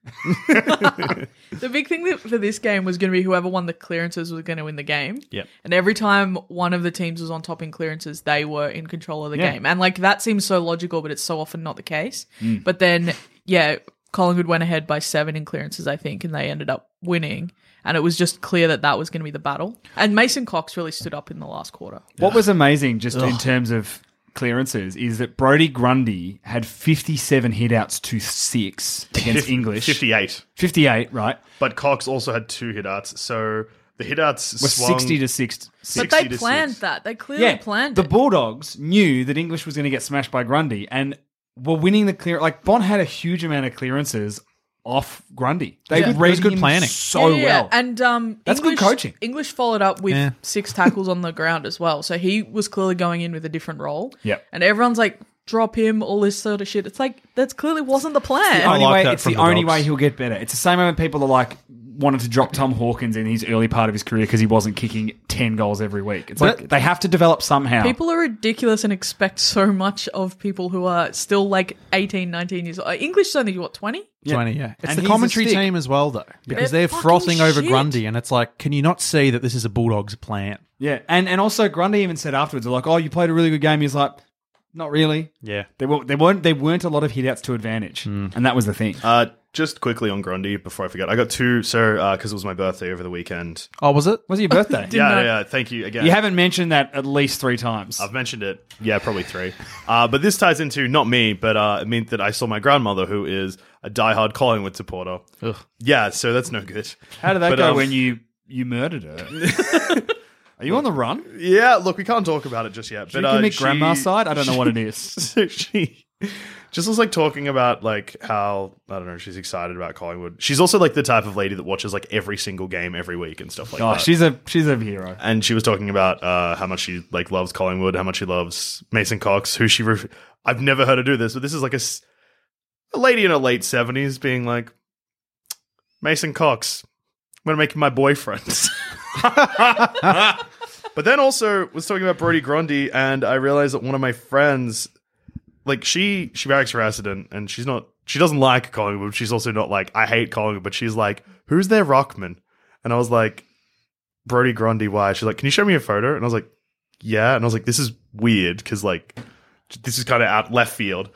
S4: The big thing that, for this game was going to be whoever won the clearances was going to win the game.
S2: Yep.
S4: And every time one of the teams was on top in clearances, they were in control of the game. And like that seems so logical, but it's so often not the case. But then, yeah, Collingwood went ahead by seven in clearances, I think, and they ended up winning. And it was just clear that that was going to be the battle. And Mason Cox really stood up in the last quarter.
S5: What was amazing, just in terms of clearances, is that Brody Grundy had 57 hitouts to six against English.
S1: 58.
S5: 58, right?
S1: But Cox also had two hit outs, so the hit outs
S5: Was
S1: swung
S5: 60 to 6.
S4: But
S1: 60
S4: they
S1: to
S4: planned
S1: six.
S4: that. They clearly
S5: Yeah,
S4: planned
S5: the
S4: it.
S5: Bulldogs knew that English was going to get smashed by Grundy and were winning the clear. Like Bond had a huge amount of clearances off Grundy. They
S2: Yeah.
S5: read
S2: It was good
S5: him
S2: planning.
S5: so
S4: Yeah, yeah, yeah.
S5: well.
S4: And um,
S5: That's good
S4: English,
S5: coaching.
S4: English followed up with
S2: Yeah.
S4: six tackles on the ground as well, so he was clearly going in with a different role.
S5: Yep.
S4: and everyone's like, drop him, all this sort of shit. It's like that clearly wasn't the plan.
S2: I
S5: only
S2: like
S5: way-
S2: that
S5: it's
S2: from
S5: the,
S2: the
S5: only
S2: Dogs.
S5: way he'll get better. It's the same moment people are like wanted to drop Tom Hawkins in his early part of his career because he wasn't kicking ten goals every week. It's
S2: But-
S5: like they have to develop somehow.
S4: People are ridiculous and expect so much of people who are still like 18, 19 years old. Uh, English is only, what, 20?
S2: 20, yeah. It's
S5: And
S2: the
S5: he's a
S2: commentary
S5: stick.
S2: team as well, though, because
S4: They're
S2: they're,
S4: fucking
S2: frothing over
S4: shit.
S2: Grundy, and it's like, can you not see that this is a Bulldogs plan?
S5: yeah, and and also Grundy even said afterwards, they're like, "Oh, you played a really good game." He's like, "Not really."
S2: Yeah.
S5: There were there weren't there weren't a lot of hitouts to advantage,
S2: Hmm.
S5: and that was the thing.
S1: Uh, just quickly on Grundy before I forget, I got two, so because it was my birthday over the weekend.
S2: Oh, was it?
S5: was it
S2: <laughs>
S5: your birthday?
S1: Yeah,
S4: know.
S1: yeah, yeah, thank you again.
S5: You haven't mentioned that at least three times.
S1: I've mentioned it. Yeah, probably three. Uh, but this ties into not me, but uh, it meant that I saw my grandmother, who is a diehard Collingwood supporter. Yeah, so that's no good.
S5: How did that
S1: But,
S5: go
S1: um,
S5: when you you murdered her?
S2: <laughs>
S5: Are you on the run?
S1: Yeah, look, we can't talk about it just yet.
S5: Did
S1: but
S5: you commit
S1: uh, she-
S5: grandma's side? I don't know what it
S1: <laughs>
S5: is.
S1: so she just was like talking about like how I don't know she's excited about Collingwood. She's also like the type of lady that watches like every single game every week and stuff like
S5: Oh,
S1: that.
S5: she's a she's a hero.
S1: and she was talking about uh, how much she like loves Collingwood, how much she loves Mason Cox, who she ref- I've never heard her do this, but this is like a, s- a lady in her late seventies being like Mason Cox, I'm gonna make him my boyfriend. <laughs> but then also was talking about Brody Grundy, and I realized that one of my friends, like she she barracks for accident, and she's not she doesn't like Collingwood. but She's also not like I hate Collingwood, but she's like who's their rockman, and I was like. Brody Grundy why. She's like, can you show me a photo? And I was like, yeah. And I was like, this is weird because like this is kind of out left field.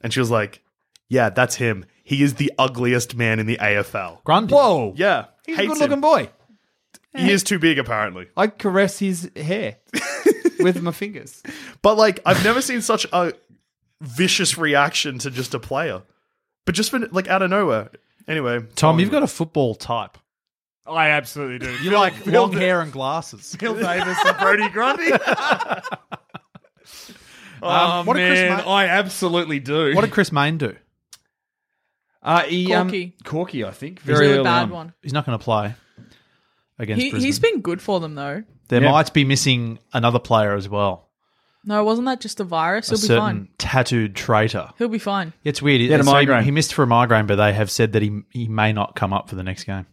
S1: And she was like, yeah, that's him. He is the ugliest man in the AFL.
S2: Grundy.
S5: Whoa,
S1: Yeah,
S5: he's a
S1: hates
S5: good looking
S1: him.
S5: boy.
S1: He is too big apparently.
S5: I caress his hair with my fingers.
S1: But like, I've never seen such a vicious reaction to just a player. But just for, like out of nowhere. Anyway,
S5: Oh,
S2: Tom, you've got a football type.
S5: <laughs> I absolutely do.
S2: You like long hair and glasses.
S5: Phil Davis.
S1: Brody
S5: <laughs>
S1: Grundy.
S2: Um, what, did Chris Ma-
S5: I absolutely do.
S2: what
S5: <laughs>
S2: did Chris Main do?
S5: uh, he,
S4: Corky.
S5: Um, Corky, I think.
S4: He's
S5: Very
S4: a
S5: early
S4: bad
S5: on.
S4: one.
S2: He's not going to play against
S4: He,
S2: Brisbane.
S4: he's been good for them, though.
S2: there
S5: Yeah.
S2: might be missing another player as well.
S4: No, wasn't that just a virus?
S2: a
S4: He'll be
S2: certain
S4: fine.
S2: tattooed traitor.
S4: He'll be fine.
S2: It's weird.
S5: had a
S2: So
S5: migraine.
S2: he missed for a migraine, but they have said that he he may not come up for the next game,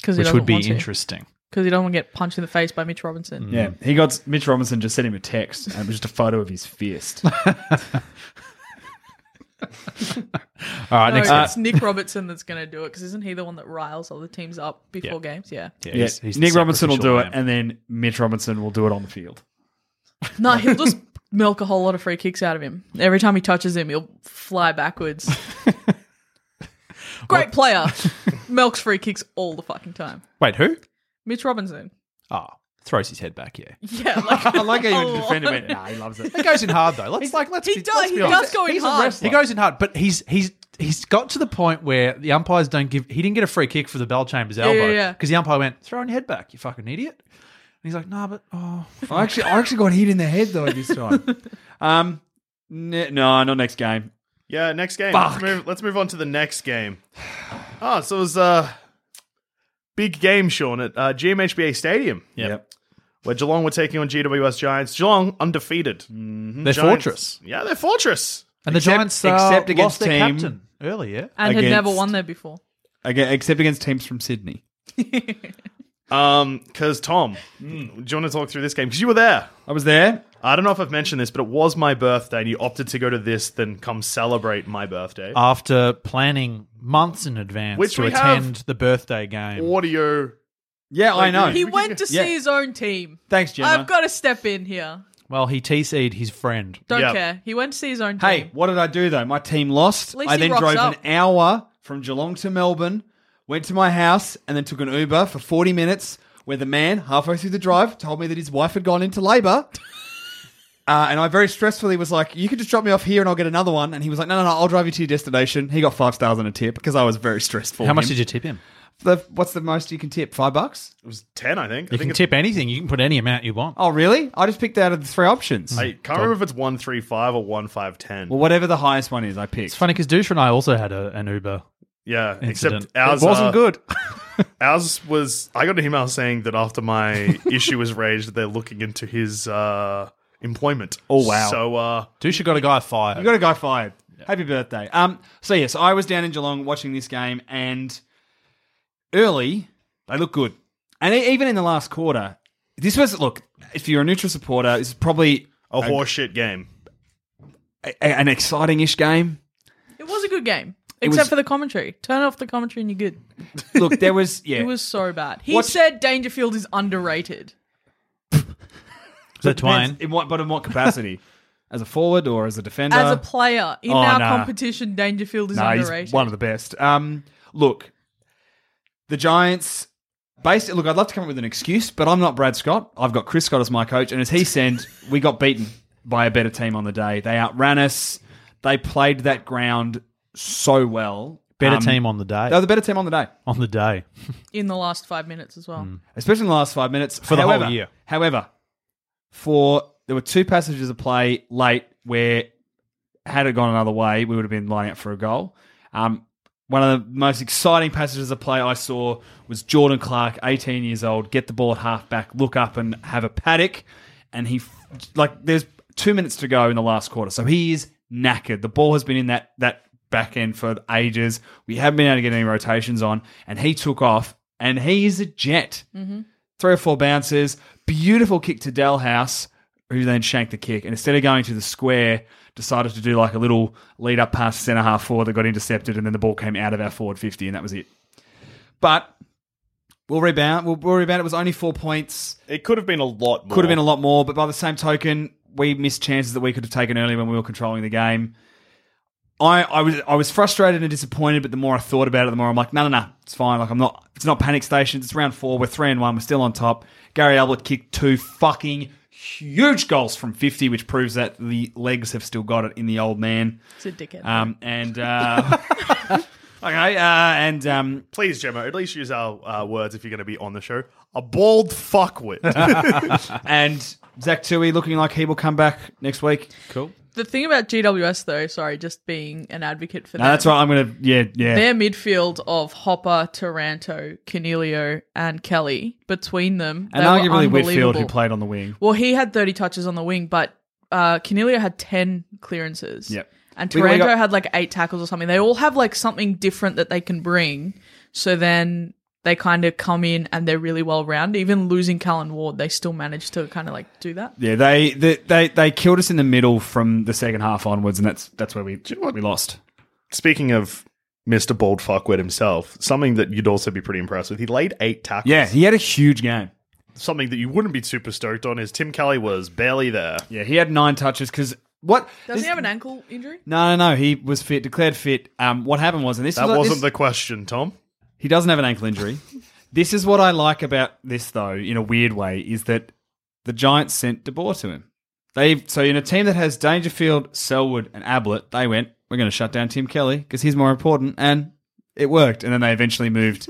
S4: Because he
S2: which
S4: doesn't
S2: would be
S4: want to.
S2: interesting.
S4: because he doesn't want to get punched in the face by Mitch Robinson.
S5: Yeah, he got Mitch Robinson just sent him a text, and it was just a photo of his <laughs> fist.
S2: All right,
S4: No,
S2: next.
S4: it's Nick Robertson that's going to do it because isn't he the one that riles all the teams up before
S2: Yeah.
S4: games? Yeah.
S2: yeah,
S5: yeah,
S2: he's- he's the
S5: Nick Robinson will do
S2: sacrificial
S5: it,
S2: lamb.
S5: and then Mitch Robinson will do it on the field.
S4: No, he'll just milk a whole lot of free kicks out of him. Every time he touches him, he'll fly
S5: <laughs>
S4: backwards. Great player. Milks free kicks all the fucking time.
S2: Wait, who?
S4: Mitch Robinson.
S2: Oh, throws his head back. Yeah,
S4: Yeah,
S5: <laughs>
S4: like,
S5: I
S3: <laughs>
S5: like how you
S4: a
S3: Oh.
S5: even
S4: lot.
S5: defend him. and- Nah, he loves it.
S2: he goes in hard though. Let's like let's
S4: He
S2: be,
S4: does.
S2: let's
S4: He
S2: be honest.
S4: does go in
S5: He's a
S4: hard.
S5: wrestler.
S2: He goes in hard, but he's he's he's got to the point where the umpires don't give. He didn't get a free kick for the bell chambers elbow
S4: yeah, yeah.
S2: because the umpire went throw on your head back, you fucking idiot. he's like, nah, but oh,
S3: I actually, I actually got hit in the head though this time.
S5: <laughs> Um, ne- no, not next game.
S1: Yeah, next game. Let's move, let's move on to the next game. Oh, so it was uh, big game, Sean, at uh, GMHBA Stadium,
S5: Yep.
S1: where Geelong were taking on GWS Giants. Geelong undefeated.
S2: their
S1: Giants-
S2: fortress.
S1: Yeah, they're fortress.
S2: And the
S5: Except-
S2: Giants uh,
S5: except
S2: lost
S5: against
S2: their
S5: team-
S2: captain early, yeah.
S4: and had never
S5: Against-
S4: won there before.
S5: Again, except against teams from Sydney.
S1: Um, because Tom, do you want to talk through this game? Because you were there.
S5: I was there.
S1: I don't know if I've mentioned this, but it was my birthday, and you opted to go to this than come celebrate my birthday.
S2: Uh, After planning months in advance
S1: Which
S2: to
S1: we have-
S2: attend the birthday game.
S1: Audio.
S5: Yeah, I know.
S4: He went to see
S5: Yeah.
S4: his own team.
S5: Thanks, Gemma.
S4: I've got to step in here.
S2: Well, he TC'd his friend.
S4: Don't
S1: Yeah.
S4: care. He went to see his own team.
S5: Hey, what did I do though? My team lost.
S4: least
S5: I
S4: he
S5: then
S4: rocks
S5: drove
S4: up.
S5: an hour from Geelong to Melbourne, went to my house, and then took an Uber for 40 minutes where the man, halfway through the drive, told me that his wife had gone
S4: <laughs>
S5: into labour. Uh, and I very stressfully was like, "You can just drop me off here, and I'll get another one." And he was like, "No, no, no, I'll drive you to your destination." He got five stars on a tip because I was very stressful.
S2: How much did you tip him?
S5: The, what's the most you can tip? Five bucks?
S1: It was 10, I think.
S2: You
S1: I think
S2: can
S1: it's,
S2: tip anything. You can put any amount you want.
S5: Oh, really? I just picked out of the three options.
S1: I can't remember if it's 135 or 1510.
S5: well, whatever the highest one is, I picked.
S2: It's funny because Dusha and I also had a, an Uber
S1: yeah,
S2: incident.
S1: except ours
S2: it
S1: uh,
S2: wasn't good.
S1: Ours was. I got an email saying that after
S2: <laughs>
S1: my issue was raised, they're looking into his uh, employment.
S5: Oh, wow.
S1: So uh,
S2: Dusha got a guy fired.
S5: You got a guy fired. Happy birthday. Um. So yes, I was down in Geelong watching this game, and early they look good, and e- even in the last quarter, this was look. If you're a neutral supporter, this is probably
S1: a horseshit game.
S5: a- a- an exciting-ish game.
S4: It was a good game,
S5: was-
S4: except for the commentary. Turn off the commentary and you're good.
S5: Look, there was <laughs> yeah.
S4: It was so bad. He
S5: Eh, Watch-
S4: said Dangerfield is underrated.
S2: Is that Twain?
S5: In what, but in what
S4: <laughs>
S5: capacity? as a forward or as a defender?
S4: As a player in
S5: Oh,
S4: our
S5: nah.
S4: competition, Dangerfield is
S5: No,
S4: underrated.
S5: he's one of the best. Um, look, the Giants. Basically, look, I'd love to come up with an excuse, but I'm not Brad Scott. I've got Chris Scott as my coach, and as he said, we got beaten by a better team on the day. They outran us. They played that ground so well.
S2: Better
S5: Um,
S2: team on the day.
S5: They were the better team on the day,
S2: on the day.
S4: in the last five minutes as
S5: Hmm.
S4: well.
S5: especially in the last five minutes
S2: For the whole
S5: however,
S2: year.
S5: However, for there were two passages of play late where had it gone another way, we would have been lining up for a goal. Um, one of the most exciting passages of play I saw was Jordan Clark, 18 years old, get the ball at half back, look up and have a paddock. And he, f- like, there's two minutes to go in the last quarter. So he is knackered. The ball has been in that, that back end for ages. We haven't been able to get any rotations on. And he took off, and he is a jet. Three or four bounces, beautiful kick to Dalhouse, who then shanked the kick. And instead of going to the square, decided to do like a little lead up past centre half forward that got intercepted, and then the ball came out of our forward 50, and that was it. But we'll rebound. We'll, we'll rebound. It was only four points.
S1: It could have been a lot. more.
S5: Could have been a lot more, but by the same token, we missed chances that we could have taken earlier when we were controlling the game. I, I was I was frustrated and disappointed, but the more I thought about it, the more I'm like, no, no, no, it's fine. Like I'm not. It's not panic stations. It's round four. We're three and one. We're still on top. Gary Albert kicked two fucking huge goals from 50, which proves that the legs have still got it in the old man.
S4: It's a dickhead.
S5: Um, and uh, <laughs> okay, uh, and um,
S1: Please, Gemma, at least use our uh, words if you're going to be on the show. A bald fuckwit.
S5: and Zach Tui looking like he will come back next week. Cool.
S4: the thing about GWS though, sorry, just being an advocate for
S5: No,
S4: them.
S5: that's right. I'm gonna. Yeah, yeah.
S4: Their midfield of Hopper, Taranto, Cornelio, and Kelly between them,
S5: And
S4: they were
S5: arguably Whitfield, who
S4: unbelievable.
S5: played on the wing.
S4: Well, he had 30 touches on the wing, but uh, Cornelio had 10 clearances.
S5: Yep.
S4: And
S5: We- we
S4: Taranto
S5: got-
S4: had like eight tackles or something. They all have like something different that they can bring. So then they kind of come in and they're really well rounded. Even losing Callan Ward, they still managed to kind of like do that.
S5: Yeah, they, they they they killed us in the middle from the second half onwards, and that's that's where we we lost.
S1: Speaking of Mr. Bald Fuckwit himself, something that you'd also be pretty impressed with. He laid eight tackles.
S5: Yeah, he had a huge game.
S1: Something that you wouldn't be super stoked on is Tim Kelly was barely there.
S5: Yeah, he had nine touches because what?
S4: Does
S5: this-
S4: he have an ankle injury?
S5: No, no, no. He was fit, declared fit. Um, what happened was, and this
S1: That
S5: was,
S1: wasn't
S5: this-
S1: the question, Tom.
S5: He doesn't have an ankle injury. this is what I like about this, though, in a weird way, is that the Giants sent De Boer to him. They so in a team that has Dangerfield, Selwood, and Ablett, they went, "We're going to shut down Tim Kelly because he's more important," and it worked. And then they eventually moved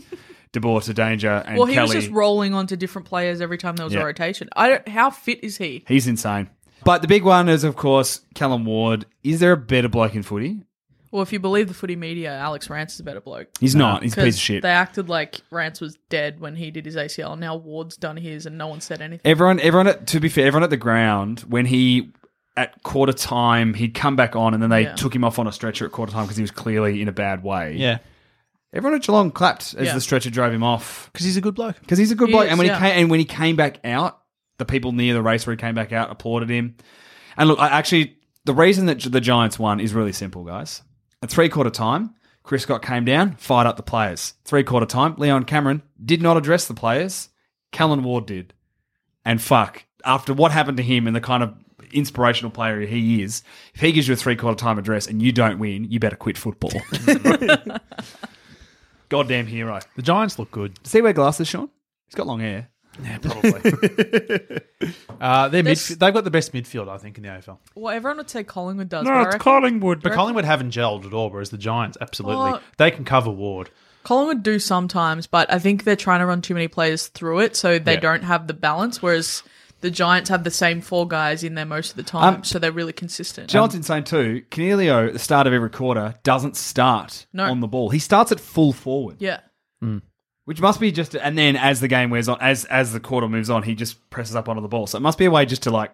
S5: De Boer to danger, and
S4: well, he
S5: Kelly.
S4: was just rolling onto different players every time there was
S5: Yeah.
S4: a rotation. I don't. How fit is he?
S5: He's insane. But the big one is, of course, Callum Ward. Is there a better bloke in footy?
S4: Well, if you believe the footy media, Alex Rance is a better bloke.
S5: He's not. He's a
S4: 'Cause
S5: piece of shit.
S4: They acted like Rance was dead when he did his ACL. Now Ward's done his, and no one said anything.
S5: Everyone, everyone. At, to be fair, everyone at the ground when he at quarter time he'd come back on, and then they
S4: Yeah.
S5: took him off on a stretcher at quarter time because he was clearly in a bad way.
S2: Yeah.
S5: Everyone at Geelong clapped as
S4: Yeah.
S5: the stretcher drove him off
S2: Because he's a good bloke.
S5: because he's a good
S4: He
S5: bloke.
S4: is,
S5: and when
S4: yeah.
S5: he came, and when he came back out, the people near the race where he came back out applauded him. And look, I actually, the reason that the Giants won is really simple, guys. At three quarter time, Chris Scott came down, fired up the players. Three quarter time, Leon Cameron did not address the players. Callan Ward did, and fuck, after what happened to him and the kind of inspirational player he is, if he gives you a three quarter time address and you don't win, you better quit football. <laughs> Goddamn hero.
S2: The Giants look good.
S5: Does he wear glasses, Sean? He's got long hair.
S2: Uh, they're
S4: This-
S2: midf- they've got the best midfield, I think, in the AFL.
S4: Well, everyone would say Collingwood does. but I reckon
S2: Collingwood. But Collingwood haven't gelled at all, whereas the Giants, absolutely.
S4: Well-
S2: they can cover <laughs> Ward.
S4: Collingwood do sometimes, but I think they're trying to run too many players through it, so they
S2: Yeah.
S4: don't have the balance. Whereas the Giants have the same four guys in there most of the time,
S5: Um,
S4: so they're really consistent.
S5: John's insane too. Canelio, at the start of every quarter, doesn't start
S4: No.
S5: on the ball. He starts at full forward,
S4: yeah,
S5: which must be just. And then as the game wears on, as as the quarter moves on, he just presses up onto the ball. So it must be a way just to like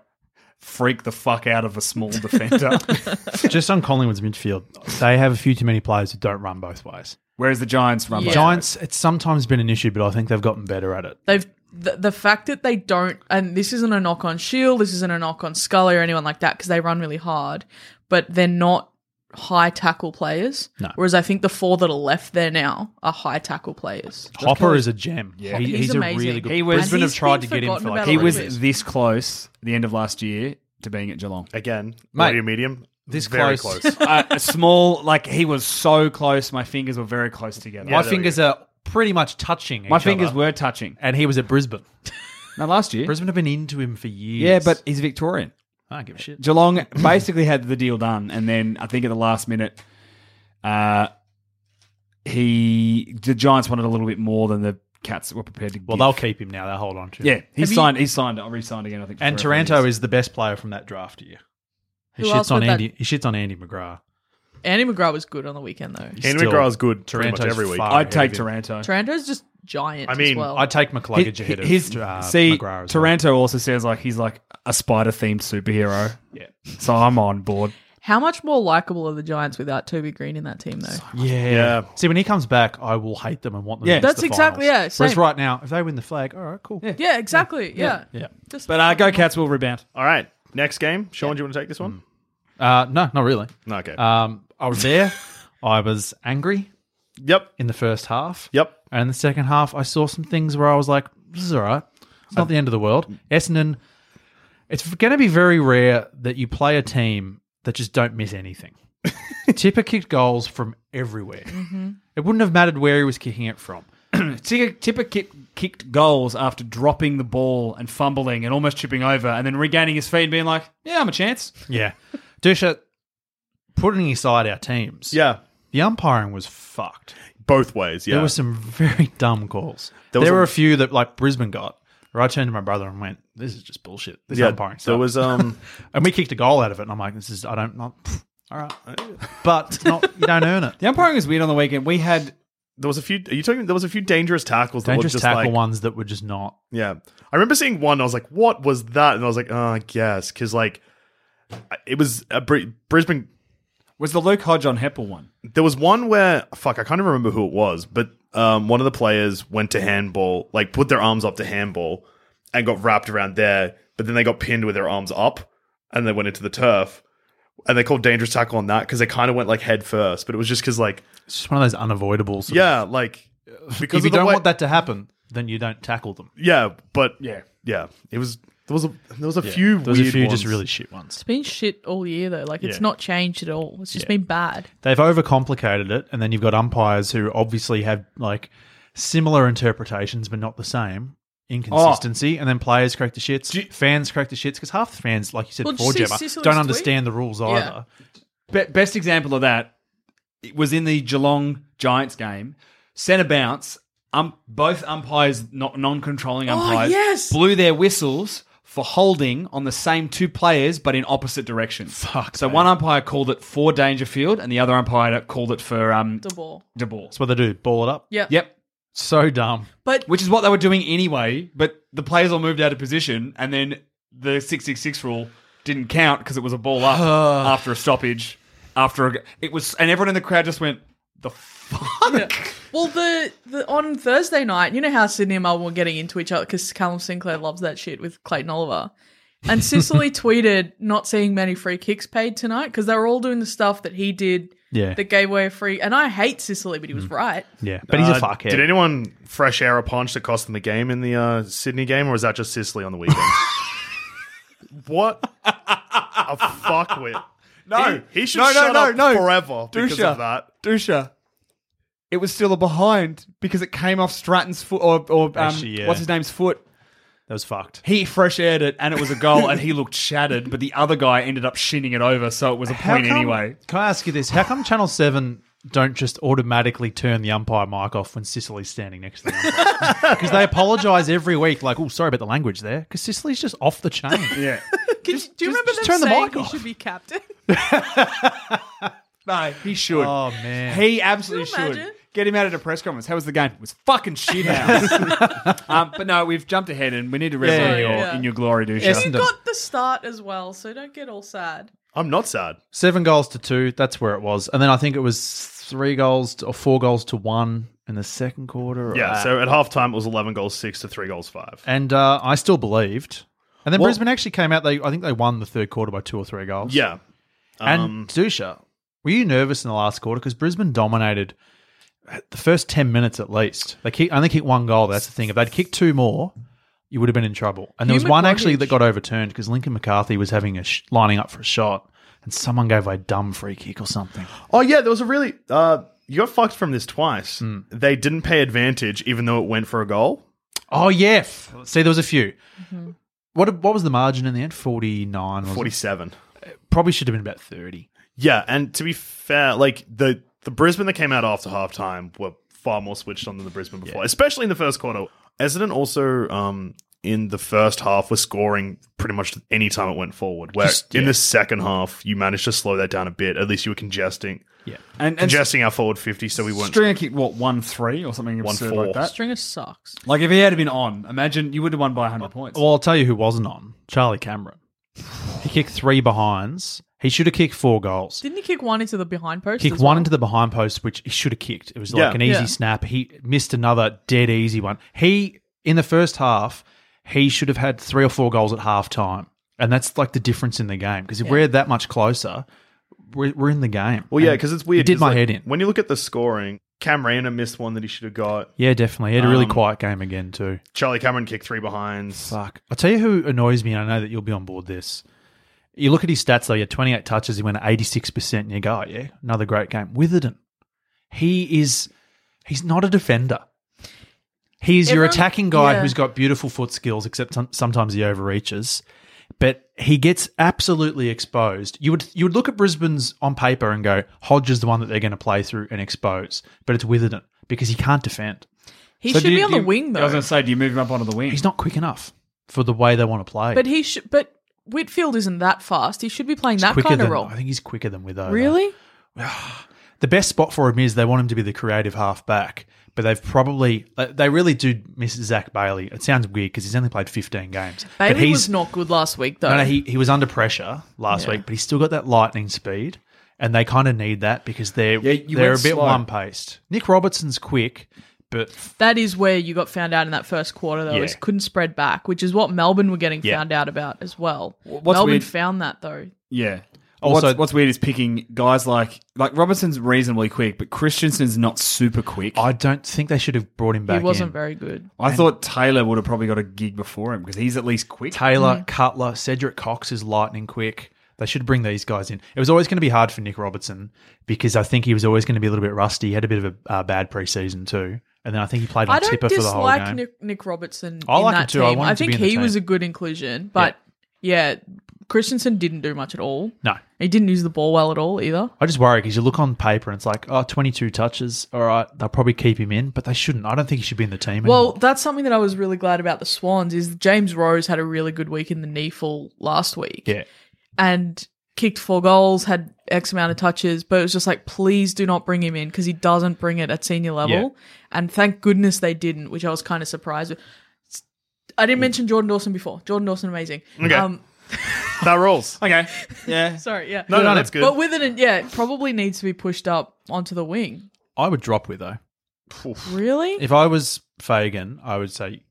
S5: freak the fuck out of a small defender. <laughs>
S2: Just on Collingwood's midfield, they have a few too many players who don't run both ways.
S5: Whereas the Giants run.
S4: Yeah.
S5: both
S2: Giants, it's sometimes been an issue, but I think they've gotten better at it.
S4: they've the, the fact that they don't, and this isn't a knock on Shield, this isn't a knock on Scully or anyone like that, because they run really hard, but they're not high tackle players.
S2: No.
S4: Whereas I think the four that are left there now are high tackle players.
S2: Hopper is a gem. Yeah,
S4: He's
S2: he's, a
S4: amazing.
S2: really good.
S5: He
S2: He was,
S5: was- And
S2: Brisbane have
S4: he's
S2: tried to
S4: been
S2: get him for
S4: forgotten
S2: like.
S4: about
S5: ways. He
S2: three
S5: was
S2: years.
S5: this close at the end of last year to being at Geelong. <laughs>
S1: Again,
S2: Mate,
S1: audio medium.
S2: this
S1: very
S2: close.
S1: close.
S2: <laughs>
S5: uh, a small, like he was so close. My fingers were very close together.
S2: My
S1: there we
S2: fingers are pretty much touching.
S5: my
S2: each
S5: fingers
S2: other.
S5: were touching.
S2: and he was at Brisbane.
S5: No, last year.
S2: Brisbane have been into him for
S5: Yeah,
S2: years.
S5: but he's Victorian.
S2: I don't give a shit.
S5: Geelong basically had the deal done, and then I think at the last minute, uh, he the Giants wanted a little bit more than the Cats were prepared to.
S2: Well,
S5: give.
S2: they'll keep him now. They'll hold on to. him.
S5: Yeah, he
S4: Have you-
S5: signed. He signed. I re-signed again. I think. for
S2: And
S5: three or four
S2: Taranto
S5: years.
S2: is the best player from that draft year. He
S4: Who else
S2: shits on
S4: would that-
S2: Andy. He shits on Andy McGrath.
S4: Andy McGrath was good on the weekend though.
S1: Henry
S2: Still,
S1: McGrath's good pretty much
S2: Taranto's
S1: every week.
S2: far
S5: I'd
S2: ahead
S5: take
S2: of him.
S5: Taranto.
S4: Taranto's just giant.
S1: I mean,
S4: as well.
S2: I'd take McLuggage
S5: His-
S2: ahead of
S5: his-
S2: uh, McGrath.
S5: see,
S2: as well.
S5: Taranto also says like he's like a spider themed superhero.
S2: Yeah.
S5: So I'm on board.
S4: How much more likable are the Giants without Toby Green in that team, though?
S2: Yeah.
S1: Yeah.
S2: See, when he comes back, I will hate them and want them.
S5: Yeah.
S2: to miss
S4: That's
S2: the
S4: exactly-
S2: finals.
S4: yeah,
S2: Whereas
S4: same.
S2: right now, if they win the flag, all right, cool. Yeah.
S4: yeah, exactly. Yeah.
S2: Yeah.
S4: Just
S5: But uh, go Cats will rebound.
S1: All right, next game. Sean, do you want to take this one?
S2: Uh, no, not really.
S1: No, okay.
S2: Um, I was <laughs> there. I was angry
S1: yep.
S2: in the first half.
S1: Yep.
S2: And in the second half, I saw some things where I was like, this is all right. It's not the end of the world. Essendon, it's going to be very rare that you play a team that just don't
S1: <laughs>
S2: miss anything. Tipper kicked goals from everywhere. It wouldn't have mattered where he was kicking
S1: <coughs>
S2: it from.
S5: Tipper, Tipper kick, kicked goals after dropping the ball and fumbling and almost tripping over and then regaining his feet and being like, yeah, I'm a chance.
S2: Yeah. Dusha, putting aside our teams,
S1: Yeah.
S2: the umpiring was fucked.
S1: Both ways. Yeah.
S2: There were some very dumb calls.
S1: There
S2: There,
S1: was a-
S2: were a few that, like, Brisbane got. Where I turned to my brother and went, "This is just bullshit. This
S1: yeah.
S2: umpiring."
S1: There
S2: sucks."
S1: was
S2: <laughs>
S1: um.
S2: and we kicked a goal out of it, and I'm like, "This is I don't not, <laughs> pfft, all right, but it's not you don't <laughs> earn it."
S5: The umpiring was weird on the weekend. We had
S1: There was a few. Are you talking? There was a few dangerous tackles. That
S2: Dangerous
S1: were just
S2: tackle
S1: like,
S2: ones that were just not.
S1: Yeah. I remember seeing one. I was like, what was that? And I was like, oh, I guess. Because, like, it was a Br- Brisbane.
S5: was the Luke Hodge on Heppel one.
S1: There was one where, fuck, I can't even remember who it was, but um, one of the players went to handball, like, put their arms up to handball and got wrapped around there, but then they got pinned with their arms up and they went into the turf. And they called dangerous tackle on that because they kind of went like head first, but it was just because, like,
S2: It's just one of those unavoidable. sort of-
S1: yeah, like, because
S2: if you
S1: of the
S2: don't
S1: way-
S2: want that to happen, then you don't tackle them.
S1: yeah, but
S5: Yeah.
S1: yeah, it was. There was a there was a few
S2: There was a
S1: weird
S2: few just
S1: ones.
S2: really shit ones.
S4: it's been shit all year though. Like it's
S2: Yeah.
S4: not changed at all. It's just been bad.
S2: They've overcomplicated it, and then you've got umpires who obviously have like similar interpretations but not the same inconsistency,
S1: Oh.
S2: and then players crack the shits, fans crack the shits because half the fans, like you said
S4: Well, did
S2: before,
S4: you see
S2: Gemma,
S4: Sicily's
S2: don't
S4: tweet?
S2: understand the rules either.
S5: Be- best example of that it was in the Geelong Giants game. Centre bounce. um, both umpires, not non-controlling
S4: Oh,
S5: umpires,
S4: yes.
S5: blew their whistles for holding on the same two players but in opposite directions.
S2: Fuck,
S5: So
S2: mate.
S5: one umpire called it for Dangerfield, and the other umpire called it for um
S4: the ball.
S5: De Boer.
S2: That's what they do. Ball it up.
S4: Yep.
S5: Yep.
S2: So dumb.
S4: But
S5: Which is what they were doing anyway, but the players all moved out of position, and then the six six six rule didn't count because it was a ball
S1: <sighs>
S5: up after a stoppage. After a, it was, and everyone in the crowd just went, "The fuck."
S4: well, the, the on Thursday night, you know how Sydney and Melbourne were getting into each other because Callum Sinclair loves that shit with Clayton Oliver. And Sicily tweeted not seeing many free kicks paid tonight because they were all doing the stuff that he did
S2: Yeah.
S4: that gave away a free. And I hate Sicily, but he was right.
S2: Yeah. But he's a
S1: Uh,
S2: fuckhead.
S1: Did anyone fresh air a punch that cost them the game in the uh, Sydney game, or was that just Sicily on the <laughs> weekend? what a fuckwit!
S5: <laughs> No,
S1: he, he should
S5: no, no,
S1: shut
S5: no,
S1: up
S5: no.
S1: forever because
S5: Dusha.
S1: of that.
S5: Dusha. It was still a behind because it came off Stratton's foot or, or um,
S2: Actually, yeah.
S5: what's his name's foot.
S2: that was fucked.
S5: He fresh aired it and it was a goal and he looked shattered, but the other guy ended up shinning it over, so it was a point
S2: come-
S5: anyway.
S2: Can I ask you this? How come Channel 7 don't just automatically turn the umpire mic off when Sicily's standing next to
S1: <laughs>
S2: the umpire? Because they apologise every week, like, oh, sorry about the language there, because Sicily's just off
S1: <laughs>
S2: the chain.
S5: Yeah.
S4: Could you- do you
S2: just-
S4: remember
S2: just
S4: them
S2: turn the
S4: saying
S2: mic
S4: he
S2: off.
S4: should
S2: <laughs>
S4: be captain?
S5: <laughs> No, he should.
S2: Oh, man.
S5: He absolutely
S4: Can you
S5: should.
S4: imagine?
S5: Get him out at a press conference. How was the game? It was fucking shit house. um, but no, we've jumped ahead and we need to revel
S2: Yeah,
S5: in,
S2: yeah,
S5: your,
S4: yeah.
S5: in your glory, Dusha.
S4: you
S2: Essendon.
S4: got the start as well, so don't get all sad.
S1: I'm not sad.
S2: Seven goals to two. That's where it was. And then I think it was three goals to, or four goals to one in the second quarter. or-
S1: Yeah. so at halftime, it was 11 goals six to three goals five.
S2: and uh, I still believed. And then
S1: Well-
S2: Brisbane actually came out. They I think they won the third quarter by two or three goals.
S1: Yeah.
S2: And
S1: Um,
S2: Dusha, were you nervous in the last quarter because Brisbane dominated the first ten minutes at least? They kick, only kicked one goal. That's the thing. If they'd kicked two more, you would have been in trouble. And there was
S4: Human
S2: one actually
S4: luggage.
S2: that got overturned because Lincoln McCarthy was having a sh- lining up for a shot, and someone gave away a dumb free kick or something.
S1: Oh yeah, there was a really. Uh, you got fucked from this twice. They didn't pay advantage, even though it went for a goal.
S2: Oh yeah. F- See, there was a few. What what was the margin in the end? Forty nine. Forty.
S1: 47.
S2: Probably should have been about thirty.
S1: Yeah, and to be fair, like the the Brisbane that came out after halftime were far more switched on than the Brisbane before, especially in the first quarter. Essendon also um, in the first half was scoring pretty much any time it went forward. Where
S2: Just-
S1: in
S2: yeah.
S1: the second half you managed to slow that down a bit. At least you were congesting
S2: Yeah.
S5: and, and
S1: congesting our forward fifty, so we weren't.
S5: Stringer kicked, what, 1 3 or something absurd
S1: 1-4.
S5: like that?
S4: Stringer sucks.
S5: Like if he had been on, imagine you would have won by 100 points.
S2: Well, I'll tell you who wasn't on. Charlie Cameron. He kicked three behinds. He should have kicked four goals.
S4: Didn't he kick one into the behind post?
S2: Kicked
S4: as
S2: one
S4: well?
S2: into the behind post, which he should have kicked. It was like
S1: Yeah.
S2: an easy
S4: Yeah.
S2: snap. He missed another dead easy one. He in the first half, he should have had three or four goals at half time. And that's like the difference in the game. Because if we're that much closer, we're, we're in the game.
S1: Well, yeah,
S2: And
S1: because it's
S2: he
S1: weird.
S2: did
S1: 'cause,
S2: my
S1: like,
S2: head in.
S1: When you look at the scoring, Cam Rayner missed one that he should have got.
S2: Yeah, definitely. He had a really
S1: Um,
S2: quiet game again too.
S1: Charlie Cameron kicked three behinds.
S2: Fuck. I'll tell you who annoys me, and I know that you'll be on board this. You look at his stats though, he had 28 touches, he went 86%, and you go, oh, yeah, another great game. Witherden. He is he's not a defender. He's your
S4: Everyone-
S2: attacking guy
S4: yeah.
S2: who's got beautiful foot skills, except some, sometimes he overreaches. But he gets absolutely exposed. You would you would look at Brisbane's on paper and go, Hodge is the one that they're going to play through and expose. But it's Witherden because he can't defend.
S4: He
S5: So
S4: should
S5: do you-
S4: be on
S5: do
S4: the
S5: you-
S4: wing though.
S5: I was going to say, do you move him up onto the wing?
S2: He's not quick enough for the way they want to play.
S4: But he should. But Whitfield isn't that fast. He should be playing that
S2: quicker
S4: kind of
S2: than-
S4: role.
S2: I think he's quicker than Wither.
S4: Really?
S2: The best spot for him is they want him to be the creative halfback, but they've probably uh, they really do miss Zach Bailey. It sounds weird because he's only played 15 games, but
S4: Bailey
S2: he's
S4: was not good last week though.
S2: no, no, he he was under pressure last
S4: Yeah.
S2: week, but he's still got that lightning speed, and they kind of need that because they're
S5: Yeah, you
S2: they're a
S5: went
S2: bit
S5: slow.
S2: one paced. Nick Robertson's quick, but
S4: that is where you got found out in that first quarter though.
S2: Yeah.
S4: Is couldn't spread back, which is what Melbourne were getting
S2: Yeah.
S4: found out about as well.
S5: what's
S4: Melbourne
S5: weird-
S4: found that though.
S5: Yeah.
S2: Also-
S5: what's, what's weird is picking guys like like Robertson's reasonably quick, but Christensen's not super quick. I,
S2: I don't think they should have brought him back.
S4: he wasn't
S2: in.
S4: very good.
S5: thought Taylor would have probably got a gig before him because he's at least quick.
S2: Taylor, Cutler, Cedric Cox is lightning quick. They should bring these guys in. It was always going to be hard for Nick Robertson because I think he was always going to be a little bit rusty. He had a bit of a uh, bad preseason too, and then I think he played
S4: I
S2: on
S4: don't
S2: tipper for the whole
S4: dislike
S2: game.
S4: Nick, Nick Robertson.
S2: I
S4: in
S2: like him
S4: that
S2: too. I
S4: Team.
S2: want him to
S4: think
S2: be in the
S4: he was
S2: team.
S4: a good inclusion, but yeah. Christensen didn't do much at all.
S2: No.
S4: He didn't use the ball well at all either.
S2: I just worry because you look on paper and it's like, oh, 22 touches. All right, they'll probably keep him in, but they shouldn't. I don't think he should be in the team.
S4: Well,
S2: anymore.
S4: that's something that I was really glad about the Swans is James Rose had a really good week in the kneeful last week.
S2: yeah.
S4: and kicked four goals, had X amount of touches, but it was just like, please do not bring him in because he doesn't bring it at senior level.
S2: Yeah.
S4: And thank goodness they didn't, which I was kind of surprised with. I didn't mention Jordan Dawson before. Jordan Dawson, amazing.
S1: Okay.
S4: Um,
S1: That rules.
S5: Okay. Yeah.
S4: sorry, yeah.
S1: No, no, that's good.
S4: But with it, yeah, it probably needs to be pushed up onto the wing.
S2: I would drop with, though.
S4: Really?
S2: If I was Fagan, I would say,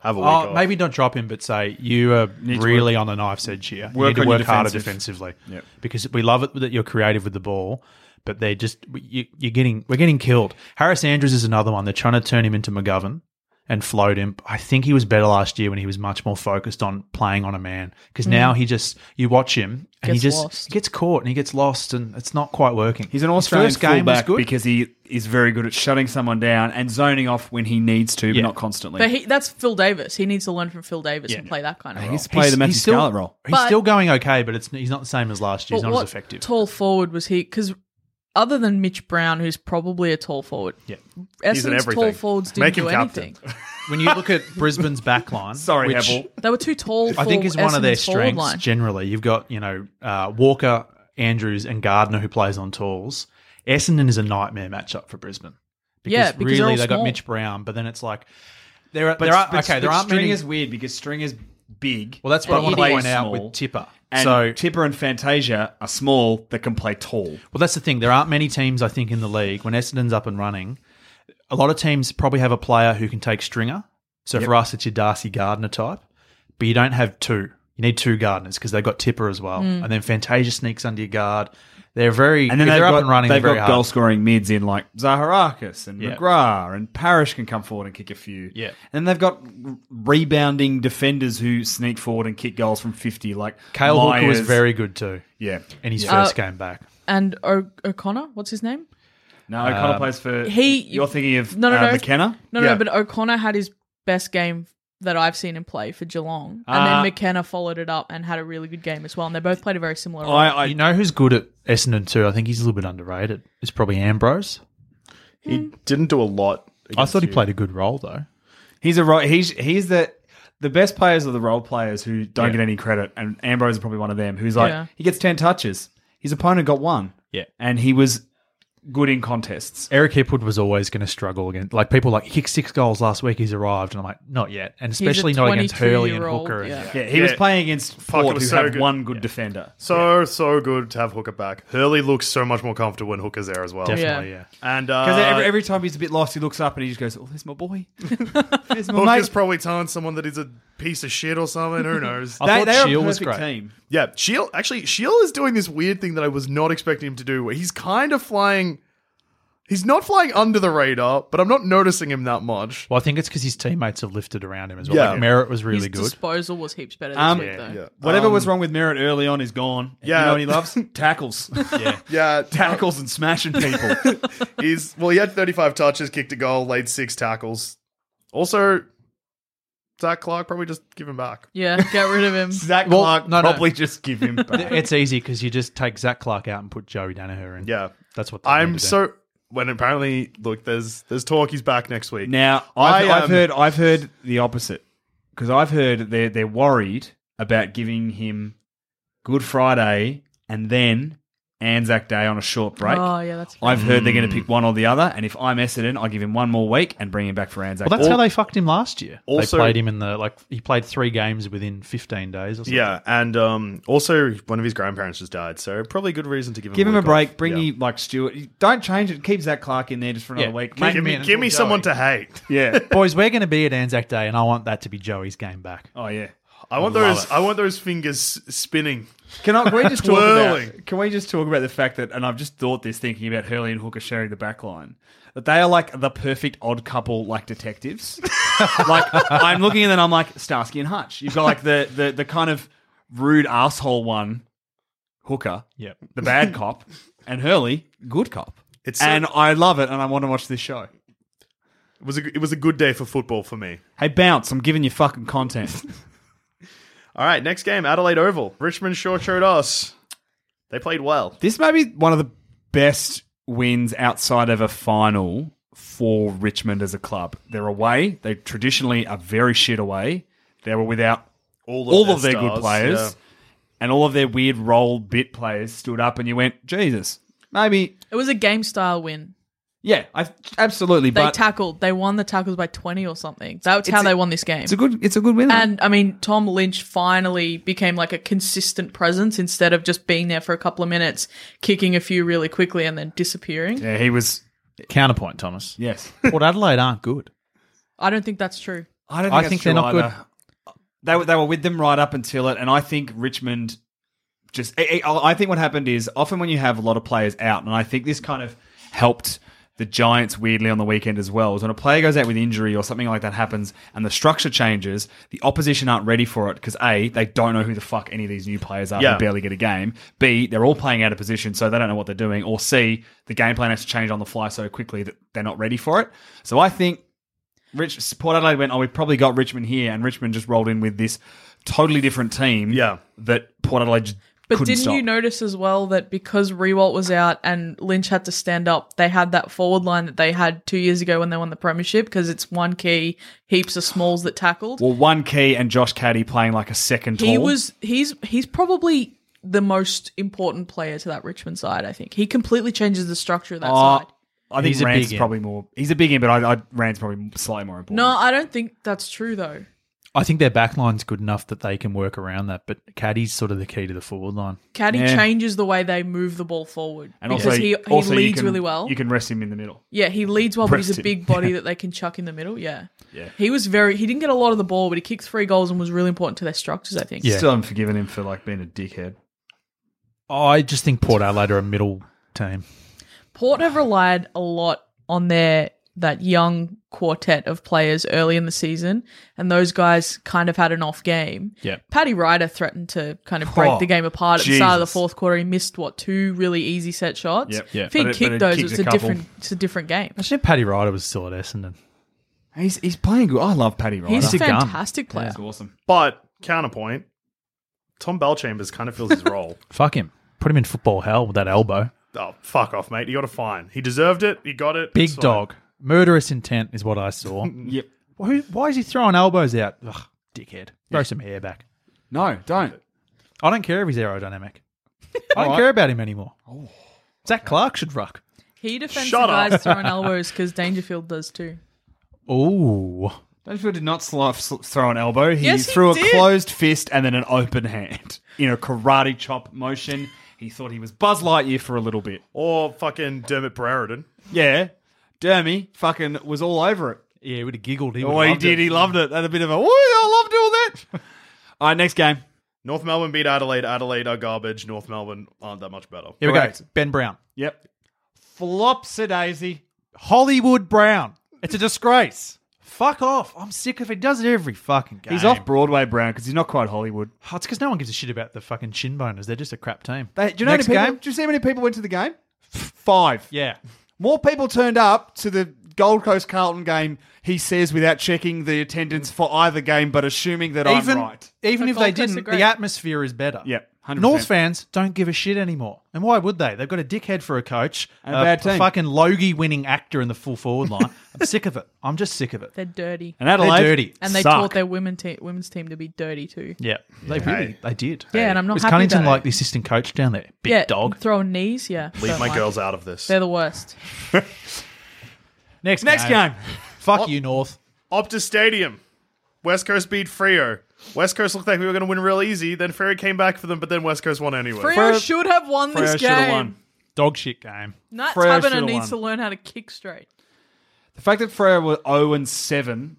S1: Have a week
S2: oh,
S1: off.
S2: maybe don't drop him, but say, you are really on the knife's edge here. You
S5: work
S2: need to
S5: on your
S2: work harder
S5: defensive.
S2: defensively. Because we love it that you're creative with the ball. But they're just you, you're getting we're getting killed. Harris Andrews is another one. They're trying to turn him into McGovern and float him. I think he was better last year when he was much more focused on playing on a man. Because now he just you watch him and
S4: Mm. Gets
S2: he just
S4: lost.
S2: he gets caught and he gets lost and it's not quite working.
S5: He's an
S2: His
S5: Australian
S2: first game was
S5: fullback
S2: good.
S5: because he is very good at shutting someone down and zoning off when he needs to, but
S2: Yeah.
S5: not constantly.
S4: but he, that's Phil Davis. He needs to learn from Phil Davis and play that kind of role.
S5: he's played the Matthew
S2: still,
S5: Scarlett role.
S2: He's
S4: But-
S2: still going okay, but it's he's not the same as last year. He's
S4: But
S2: not
S4: what
S2: as effective.
S4: Tall forward was he? Because other than Mitch Brown, who's probably a tall forward,
S2: Yeah.
S1: He's an
S4: Essendon's
S1: everything.
S4: tall forwards didn't
S1: Make him
S4: do
S1: captain.
S4: anything.
S2: when you
S4: <laughs>
S2: look at Brisbane's back line,
S5: Sorry,
S2: which
S5: Hebel.
S4: They were too tall. For
S2: I think is one of their
S4: Essendon's forward
S2: strengths
S4: Line.
S2: generally. You've got, you know, uh, Walker, Andrews, and Gardner who plays on tools. Essendon is a nightmare matchup for Brisbane. Because
S4: Yeah, because they're
S2: really
S4: all
S2: they got
S4: small.
S2: Mitch Brown, but then it's like there are there are okay, there aren't many.
S5: Stringer's weird because Stringer's big.
S2: Well, that's what I want to
S5: plays
S2: point out
S5: small.
S2: with Tipper.
S5: And
S2: so
S5: Tipper and Fantasia are small that can play tall.
S2: Well, that's the thing. There aren't many teams, I think, in the league when Essendon's up and running. A lot of teams probably have a player who can take stringer. So for us, it's your Darcy Gardner type, but you don't have two. You need two gardeners because they've got Tipper as well, and then Fantasia sneaks under your guard. They're very
S5: And then
S2: if
S5: they've
S2: they're
S5: got,
S2: up and running. They're
S5: they've
S2: very
S5: got
S2: hard.
S5: goal scoring mids in like Zaharakis and
S2: Yeah.
S5: McGrath and Parrish can come forward and kick a few.
S2: Yeah.
S5: And they've got r- rebounding defenders who sneak forward and kick goals from 50 like
S2: Kale Hooker was
S5: Myers.
S2: very good too
S5: Yeah.
S2: in his
S5: Yeah.
S2: first game back.
S4: And o- O'Connor, what's his name?
S5: No, O'Connor plays for
S4: he-
S5: You're thinking of
S4: No, no,
S5: uh,
S4: no.
S5: McKenna?
S4: No,
S1: Um, Yeah.
S4: no, but O'Connor had his best game that I've seen him play for Geelong, and
S5: Ah.
S4: then McKenna followed it up and had a really good game as well. And they both played a very similar role.
S5: I, I
S2: you know who's good at Essendon too? I think he's a little bit underrated. It's probably Ambrose.
S1: He didn't do a lot.
S2: I thought he played a good role though.
S5: He's a role. He's he's the the best players are the role players who don't
S2: Yeah.
S5: get any credit, and Ambrose is probably one of them. Who's like
S4: Yeah.
S5: he gets ten touches. His opponent got one.
S2: Yeah.
S5: and he was good in contests.
S2: Eric Hipwood was always going to struggle against like people like he kicked six goals last week. He's arrived, and I'm like, not yet, and
S4: a
S2: especially not against Hurley and
S4: 22-year-old,
S2: Hooker.
S4: yeah.
S2: And,
S5: Yeah, he was
S1: Yeah.
S5: playing against
S1: Fuck, it
S5: Ford, who
S1: was so
S5: had
S1: good.
S5: one good defender.
S1: So so good to have Hooker back. Hurley looks so much more comfortable when Hooker's there as well.
S2: Definitely, yeah.
S1: And uh,
S5: Because every, every time he's a bit lost, he looks up and he just goes, "Oh, there's my
S4: <laughs>
S5: boy." there's my
S1: Hooker's
S5: mate.
S1: probably telling someone that he's a piece of shit or something.
S5: <laughs>
S1: Who knows?
S2: I
S5: They,
S2: thought
S5: they're a
S2: Shield was
S5: perfect
S2: great.
S5: team.
S1: yeah, Shield. Actually, Shield is doing this weird thing that I was not expecting him to do, where he's kind of flying. He's not flying under the radar, but I'm not noticing him that much.
S2: Well, I think it's because his teammates have lifted around him as well.
S1: Yeah.
S2: Like Merritt was
S4: his
S2: really good. <laughs>
S4: disposal was heaps better this
S5: Um,
S4: week, though.
S5: Whatever was wrong with Merritt early on is gone.
S1: Um, Yeah.
S5: you know what he
S1: <laughs>
S5: loves? Tackles,
S2: yeah.
S1: Yeah,
S5: tackles, and smashing <laughs> people.
S1: <laughs> He's well, he had 35 touches, kicked a goal, laid six tackles. Also, Zach Clark probably just give him back.
S4: Yeah, get rid
S5: <laughs>
S4: of him.
S5: Zach
S2: Well,
S5: Clark
S2: no, no.
S5: probably just give <laughs> him back.
S2: It's easy because you just take Zach Clark out and put Joey Danaher in.
S1: Yeah.
S2: That's what they need
S1: I'm
S2: to do.
S1: so when apparently look, there's there's talk he's back next week.
S5: Now I've,
S1: I,
S5: I've
S1: um,
S5: heard I've heard the opposite because I've heard that they're they're worried about giving him Good Friday and then Anzac Day on a short break.
S4: Oh yeah, that's
S5: I've heard they're going
S2: Mm.
S5: to pick one or the other, and if I'm Essendon, I give him one more week and bring him back for Anzac.
S2: Well, that's
S5: Day.
S2: how they fucked him last year.
S1: Also-
S2: they played him in the like he played three games within 15 days or something.
S1: Yeah, and um, also one of his grandparents just died, so probably a good reason to give him
S5: give him a
S1: week
S5: break.
S1: off.
S5: Bring
S1: Yeah.
S5: you like Stuart. Don't change it. Keep Zach Clark in there just for another
S2: Yeah.
S5: week.
S2: Keep
S5: Make
S1: Give
S2: him
S1: me,
S2: in.
S1: give me
S2: Joey.
S1: someone to hate.
S5: Yeah.
S2: Boys, we're going to be at Anzac Day, and I want that to be Joey's game back.
S5: oh yeah.
S1: I want
S2: Love
S1: those.
S2: it.
S1: I want those fingers s- spinning.
S5: Can, I, can we just talk
S1: Twirling.
S5: about? Can we just talk about the fact that? And I've just thought this thinking about Hurley and Hooker sharing the back line. That they are like the perfect odd couple, like detectives. <laughs> like I'm looking and then I'm like Starsky and Hutch. You've got like the the the kind of rude asshole one, Hooker,
S2: Yep.
S5: the bad cop, and Hurley, good cop.
S1: It's so-
S5: and I love it, and I want to watch this show.
S1: It was a, it was a good day for football for me.
S5: <laughs> Hey, bounce! I'm giving you fucking content.
S1: All right, next game, Adelaide Oval. Richmond sure showed us. They played well.
S5: This may be one of the best wins outside of a final for Richmond as a club. They're away. They traditionally are very shit away. They were without
S1: All of
S5: all
S1: their,
S5: of their
S1: stars,
S5: good players
S1: yeah.
S5: and all of their weird role bit players stood up and you went, Jesus, maybe.
S4: It was a game style win.
S5: Yeah, I absolutely.
S4: They
S5: but
S4: tackled. They won the tackles by twenty or something. That's how
S5: It's a-
S4: they won this game.
S5: it's a good, it's a good win.
S4: And I mean, Tom Lynch finally became like a consistent presence instead of just being there for a couple of minutes, kicking a few really quickly, and then disappearing.
S5: yeah, he was.
S2: Counterpoint, Thomas.
S5: Yes,
S2: Port Adelaide aren't good.
S4: I don't think that's true.
S5: I don't.
S2: I think they're not good.
S5: They were, they were with them right up until it, and I think Richmond just. I, I I think what happened is often when you have a lot of players out, and I think this kind of helped the Giants weirdly on the weekend as well. Is when a player goes out with injury or something like that happens, and the structure changes, the opposition aren't ready for it because a they don't know who the fuck any of these new players are.
S1: Yeah.
S5: They barely get a game. B they're all playing out of position, so they don't know what they're doing. Or C the game plan has to change on the fly so quickly that they're not ready for it. So I think Rich Port Adelaide went, oh, we probably got Richmond here, and Richmond just rolled in with this totally different team.
S1: Yeah.
S5: that Port Adelaide just
S4: But
S5: couldn't
S4: didn't
S5: stop.
S4: you notice as well that because Rewalt was out and Lynch had to stand up, they had that forward line that they had two years ago when they won the premiership because it's one key, heaps of smalls that tackled.
S5: Well, one key and Josh Caddy playing like a second tall.
S4: He was he's he's probably the most important player to that Richmond side. I think he completely changes the structure of that
S5: Uh,
S4: side.
S5: I think
S2: He's a
S5: Rand's
S2: big in.
S5: probably more. He's a big in, but I, I Rand's probably slightly more important.
S4: No, I don't think that's true though.
S2: I think their back line's good enough that they can work around that, but Caddy's sort of the key to the forward line.
S4: Caddy
S5: Yeah.
S4: changes the way they move the ball forward
S5: and
S4: because
S5: also
S4: he, he
S5: also you
S4: leads
S5: can-
S4: really well.
S5: You can rest him in the middle.
S4: yeah, he leads well, but he's
S5: Rest
S4: a
S5: him.
S4: big
S5: <laughs>
S4: body that they can chuck in the middle. Yeah,
S5: Yeah.
S4: He was very. He didn't get a lot of the ball, but he kicked three goals and was really important to their structures. I think.
S2: Yeah.
S5: Still haven't forgiven him for like being a dickhead.
S2: Oh, I just think Port Adelaide are a middle team.
S4: Port have relied a lot on their that young quartet of players early in the season, and those guys kind of had an off game.
S2: Yeah.
S4: Paddy Ryder threatened to kind of break
S5: Oh,
S4: the game apart at the start of the
S5: Jesus.
S4: fourth quarter. He missed what two really easy set shots.
S5: Yep. Yeah.
S4: If he
S5: But it- but
S4: kicked
S5: it
S4: those,
S5: kicked
S4: it's
S5: a
S4: a
S5: couple.
S4: different it's a different game.
S2: Imagine if Paddy Ryder was still at Essendon.
S5: He's he's playing good. I love Paddy Ryder.
S4: He's a
S2: a gun.
S4: fantastic player.
S5: He's awesome.
S1: But counterpoint, Tom Bellchambers kind of fills
S5: <laughs>
S1: his role.
S2: Fuck him. Put him in football hell with that elbow.
S1: oh, fuck off, mate. He got a fine. He deserved it. He got it.
S2: Big
S1: It's fine.
S2: dog. Murderous intent is what I saw.
S5: Yep.
S2: Why- <laughs> who- Why is he throwing elbows out? Ugh, dickhead. Throw some hair back.
S5: No, don't.
S2: I don't care if he's <laughs> aerodynamic. I don't care about him anymore. Zach Clark should ruck.
S4: He defends
S1: Shut
S4: the guys
S1: up.
S4: throwing elbows because Dangerfield does too.
S2: Oh,
S5: Dangerfield did not sl- sl- throw an elbow. He
S4: Yes, he
S5: threw a
S4: did.
S5: closed fist and then an open hand <laughs> in a karate chop motion. He thought he was Buzz Lightyear for a little bit.
S1: Or fucking Dermot Brereton.
S5: Yeah. Dermy fucking was all over it.
S2: yeah, he would have giggled. He
S5: Oh, he did. He loved it. Had a bit of a, "Woo, I love <laughs> doing that. all right, next game.
S1: North Melbourne beat Adelaide. Adelaide are garbage. North Melbourne aren't that much better.
S2: Here we go.
S5: Correct.
S2: Ben Brown.
S5: Yep. Flops a daisy.
S2: Hollywood Brown. It's a disgrace. Fuck off. I'm sick of it. He does it every fucking game.
S5: He's off Broadway Brown because he's not quite Hollywood.
S2: Oh, it's because no one gives a shit about the fucking shin boners. They're just a crap team.
S5: They, do you know
S2: Next
S5: how many people,
S2: game?
S5: Do you see how many people went to the game? F- Five.
S2: Yeah.
S5: More people turned up to the Gold Coast Carlton game, he says, without checking the attendance for either game, but assuming that
S2: even
S5: I'm right.
S2: even
S4: The
S2: if they
S4: Gold Coast are
S2: didn't,
S4: great.
S2: the atmosphere is better.
S5: Yep, 100%.
S2: North fans don't give a shit anymore, and why would they? They've got a dickhead for a coach,
S5: And a bad team.
S2: fucking Logie winning actor in the full forward <laughs> line. I'm sick of it. I'm just sick of it.
S4: They're dirty.
S5: And Adelaide.
S2: They're dirty.
S4: And they
S5: suck.
S4: taught their women te- women's team to be dirty too.
S2: Yeah, they really they did.
S4: Yeah, and I'm not
S2: Was
S4: happy
S2: Cunnington
S4: about it.
S2: like the assistant coach down there? Big
S4: yeah,
S2: dog.
S4: Throwing knees, yeah.
S1: Leave
S4: Don't
S1: my
S4: like
S1: girls
S4: it.
S1: out of this.
S4: They're the worst.
S2: Next
S5: Next game.
S2: Fuck you, North.
S1: Optus Stadium. West Coast beat Frio. West Coast looked like we were going to win real easy. Then Frio came back for them, but then West Coast won anyway.
S4: Freo should have won
S5: Freo
S4: this
S5: should have
S4: game.
S5: won.
S2: Dog shit game.
S4: Nat
S5: Freo should
S4: Taberner
S5: have
S4: needs to
S5: won.
S4: learn how to kick straight.
S5: The fact that Freo were 0 and 7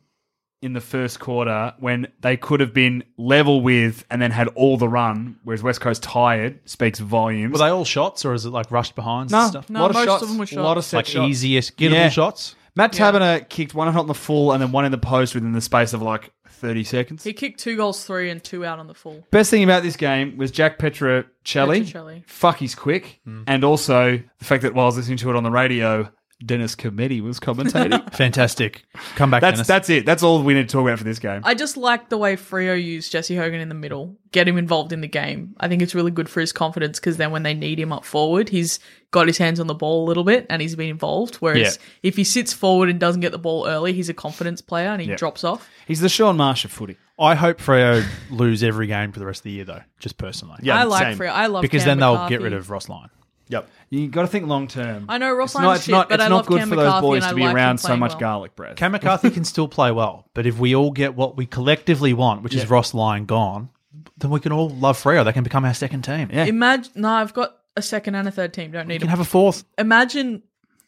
S5: in the first quarter when they could have been level with and then had all the run, whereas West Coast tired speaks volumes.
S2: Were they all shots, or is it like rushed behinds and stuff?
S4: No,
S5: lot of
S4: most
S5: shots,
S4: of them were
S5: A lot of
S4: shots.
S5: set
S2: Like
S5: shots.
S2: easiest gettable
S5: Yeah.
S2: shots.
S5: Matt Taberner kicked one on the full and then one in the post within the space of like 30 seconds.
S4: He kicked two goals, three and two out on the full.
S5: Best thing about this game was Jack Petrocelli.
S4: Petrocelli.
S5: Mm. Fuck, he's quick. And also the fact that while I was listening to it on the radio, Dennis Committee
S4: <laughs>
S5: was commentating.
S2: Fantastic. Come back,
S5: that's
S2: Dennis.
S5: that's it. That's all we need to talk about for this game.
S4: I just like the way Frio used Jesse Hogan in the middle, get him involved in the game. I think it's really good for his confidence because then when they need him up forward, he's got his hands on the ball a little bit and he's been involved. Whereas
S2: Yeah.
S4: if he sits forward and doesn't get the ball early, he's a confidence player and he drops off.
S5: He's the Sean Marsh of footy.
S2: I hope Freo lose every game for the rest of the year, though, just personally.
S1: Yeah,
S4: I like
S1: same.
S4: Freo. I love
S2: Because
S4: Cam
S2: then they'll
S4: McCarthy.
S2: get rid of Ross Lyon.
S1: Yep.
S5: You got to think long term.
S4: I know Ross
S5: it's
S4: Lyon's
S5: not, it's
S4: shit,
S5: not,
S4: but
S5: it's
S4: I
S5: not
S4: love
S5: good
S4: Cam
S5: for those
S4: McCarthy and
S5: boys to
S4: I
S5: be
S4: like him
S5: around so
S4: playing
S5: much
S4: well.
S5: garlic bread.
S2: Cam McCarthy can still play well, but if we all get what we collectively want, which is Ross Lyon gone, then we can all love Freo. They can become our second team. Yeah.
S4: Imagine. No, I've got a second and a third team. Don't
S2: We
S4: need
S2: can
S4: him.
S2: have a fourth.
S4: imagine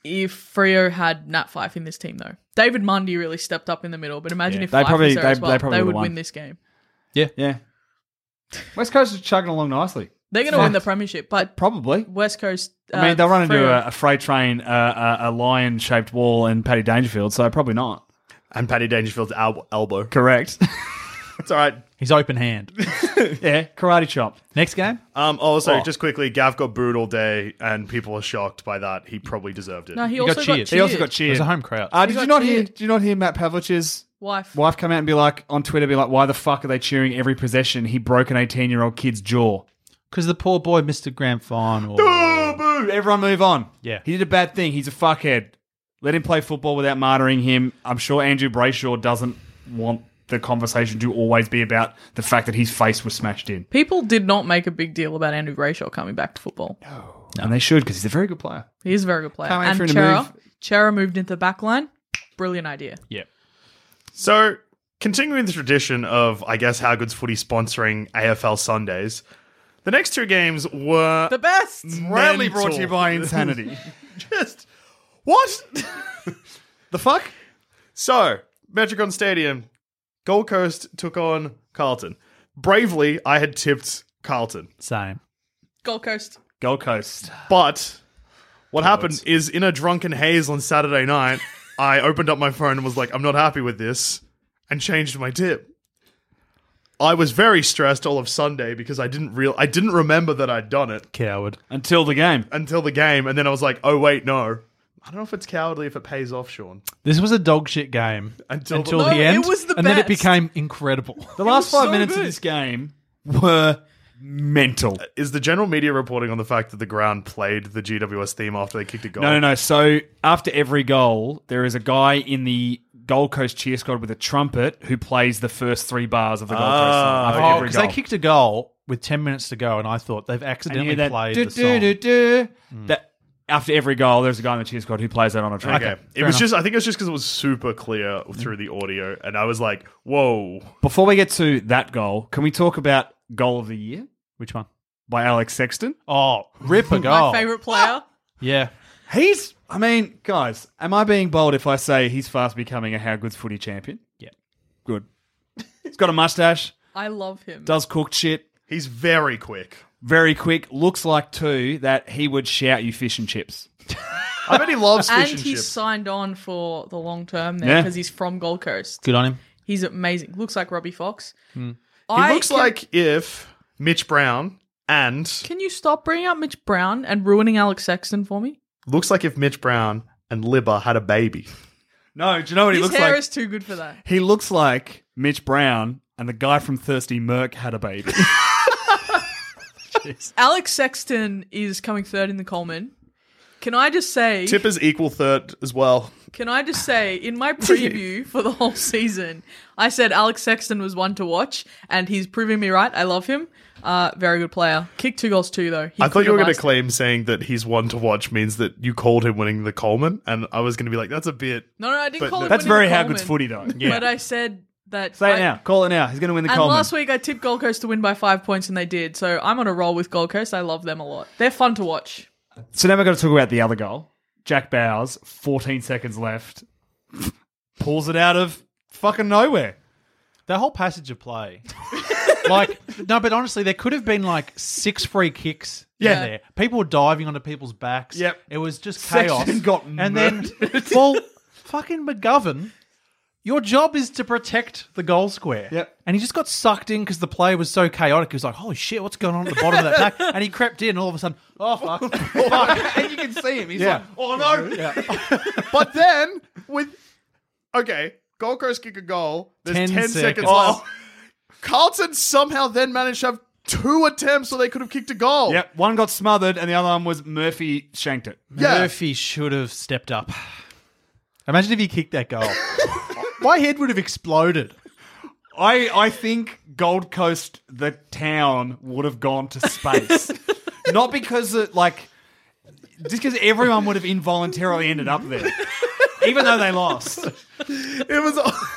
S4: if Frio had Nat Fife in this team though. David Mundy really stepped up in the middle, but imagine if
S5: They
S4: Fife
S5: probably-
S4: was there
S5: they-
S4: as well,
S5: they
S4: they,
S5: probably would've
S4: would
S5: won.
S4: win this game.
S5: yeah. West Coast is chugging along nicely.
S4: They're going to win the premiership, but
S5: Probably.
S4: West Coast. uh,
S5: I mean, they'll run into
S4: Freo-
S5: a, a freight train, uh, a, a lion shaped wall, and Paddy Dangerfield, so probably not.
S1: And Paddy Dangerfield's al- elbow. <laughs>
S5: Correct.
S1: It's all right.
S2: He's open hand.
S5: <laughs> yeah, karate chop.
S2: Next game?
S1: Um, also,
S5: Oh.
S1: just quickly, Gav got booed all day, and people are shocked by that. He probably deserved it.
S4: No, he,
S2: got
S4: also got
S2: cheered.
S4: cheered.
S2: He
S5: He also got
S2: It
S5: cheered.
S2: was a home crowd.
S5: Uh, did
S4: got
S5: you not hear?
S4: cheered.
S5: Did you not hear Matt Pavlich's
S4: wife.
S5: wife come out and be like on Twitter, be like, "Why the fuck are they cheering every possession? He broke an eighteen-year-old kid's jaw."
S2: Because the poor boy missed a grand final.
S5: Boo! Everyone move on.
S2: Yeah.
S5: he did a bad thing. He's a fuckhead. Let him play football without martyring him. I'm sure Andrew Brayshaw doesn't want the conversation to always be about the fact that his face was smashed in,
S4: People did not make a big deal about Andrew Brayshaw coming back to football.
S5: and they should because he's a very good player.
S4: He is a very good player.
S5: Can't wait
S4: And
S5: for him to
S4: Chera,
S5: move.
S4: Chera moved into the back line. Brilliant idea.
S2: yeah.
S1: So, continuing the tradition of, I guess, How Good's Footy sponsoring AFL Sundays, the next two games were
S4: The best.
S5: Proudly
S1: Mental.
S5: brought to you
S4: <laughs>
S5: by Insanity.
S1: <laughs> just what?
S5: <laughs> the fuck?
S1: so, Metricon Stadium, Gold Coast took on Carlton. Bravely, I had tipped Carlton,
S2: Same.
S4: Gold Coast.
S5: Gold Coast.
S1: but what happened is, in a drunken haze on Saturday night, I opened up my phone and was like, "I'm not happy with this," and changed my tip. I was very stressed all of Sunday because I didn't real I didn't remember that I'd done it.
S2: Coward.
S5: Until the game.
S1: until the game, and then I was like, oh wait, no. I don't know if it's cowardly if it pays off, Sean.
S2: This was a dog shit game
S1: Until
S2: until,
S1: the-
S2: the,
S4: No, it
S2: end.
S4: was the
S2: and then it
S4: best.
S2: became incredible.
S5: The
S2: <laughs>
S5: last five
S4: so
S5: minutes of
S4: good.
S5: this game were mental.
S1: Is the general media reporting on the fact that the ground played the GWS theme after they kicked a goal?
S5: No, no, no. So after every goal, there is a guy in the Gold Coast cheer squad with a trumpet who plays the first three bars of the Gold Coast song after
S2: Oh,
S5: every
S2: because
S5: goal.
S2: they kicked a goal with 10 minutes to go, and I thought they've
S5: And you
S2: accidentally
S5: hear that,
S2: played
S5: "Do,
S2: the
S5: do,
S2: song. Hmm.
S5: do, do," that after every goal, there's a guy in the cheer squad who plays that on a trumpet.
S1: Okay. it
S2: fair
S1: was
S2: enough.
S1: just, I think it was just because it was super clear through the audio, and I was like, whoa.
S5: Before we get to that goal, can we talk about goal of the year
S2: Which one?
S5: by Alex Sexton?
S2: Oh, rip
S5: <laughs>
S2: a
S4: My
S2: goal.
S4: favorite player.
S2: Yeah.
S5: He's, I mean, guys, am I being bold if I say he's fast becoming a How Good's footy champion?
S2: Yeah.
S5: Good. he's got a mustache,
S4: I love him.
S5: does cooked shit,
S1: He's very quick.
S5: very quick. Looks like too that he would shout you fish and chips.
S1: I bet he loves
S4: and
S1: fish and,
S4: he
S1: chips.
S4: signed on for the long term there
S5: Yeah.
S4: because he's from Gold Coast.
S2: Good on him.
S4: He's amazing. Looks like Robbie Fox.
S1: he
S4: I
S1: looks
S4: can-
S1: like if Mitch Brown and
S4: Can you stop bringing up Mitch Brown and ruining Alex Sexton for me?
S1: looks like if Mitch Brown and Libba had a baby.
S5: No, do you know what
S4: His
S5: he looks
S4: hair
S5: like?
S4: is too good for that.
S5: he looks like Mitch Brown and the guy from Thirsty Merc had
S4: <laughs>
S5: a baby.
S4: Alex Sexton is coming third in the Coleman. Can I just say?
S1: Tip is equal third as well.
S4: Can I just say? In my preview for the whole season, I said Alex Sexton was one to watch, and he's proving me right. I love him. Uh, very good player. Kicked two goals too, though. He
S1: I thought
S4: could
S1: you were
S4: have
S1: going to
S4: iced it.
S1: claim saying that he's one to watch means that you called him winning the Coleman, and I was going to be like, that's a bit.
S4: No, no, I didn't
S1: But
S4: call
S1: no.
S4: it.
S5: That's
S4: winning
S5: very
S4: the
S5: how
S4: Coleman.
S5: good's footy though.
S4: But I said that.
S5: Say it
S4: I-
S5: now. Call it now. He's going to win the
S4: And
S5: Coleman.
S4: last week I tipped Gold Coast to win by five points, and they did. So I'm on a roll with Gold Coast. I love them a lot. They're fun to watch.
S5: So now we've got to talk about the other goal. Jack Bowers, 14 seconds left, <laughs> pulls it out of fucking nowhere.
S2: The whole passage of play. <laughs> like, no, but honestly, there could have been like six free kicks
S4: Yeah.
S2: in there. People were diving onto people's backs.
S5: Yep.
S2: It was just
S5: Sexton
S2: chaos.
S5: got
S2: and then, well, fucking McGovern Your job is to protect the goal square.
S5: Yep.
S2: And he just got sucked in because the play was so chaotic. He was like, holy shit, what's going on at the bottom of that pack? And he crept in, and all of a sudden, oh, fuck.
S5: <laughs>
S3: <laughs>
S2: fuck.
S3: and you can see him. He's
S2: Yeah.
S3: like, oh no. <laughs>
S1: <laughs> But then with okay, Gold Coast kick a goal. There's ten,
S2: Ten
S1: seconds,
S2: seconds.
S1: left. <laughs> Carlton somehow then managed to have two attempts, so they could have kicked a goal.
S5: Yep, one got smothered, and the other one was Murphy shanked it.
S1: Yeah.
S2: Murphy should have stepped up. Imagine if he kicked that goal. <laughs> My head would have
S5: <laughs>
S2: exploded.
S5: I, I think Gold Coast, the town, would have gone to
S1: <laughs>
S5: space. Not because, it, like, just because everyone would have involuntarily ended up there, even though they lost.
S1: It was. <laughs>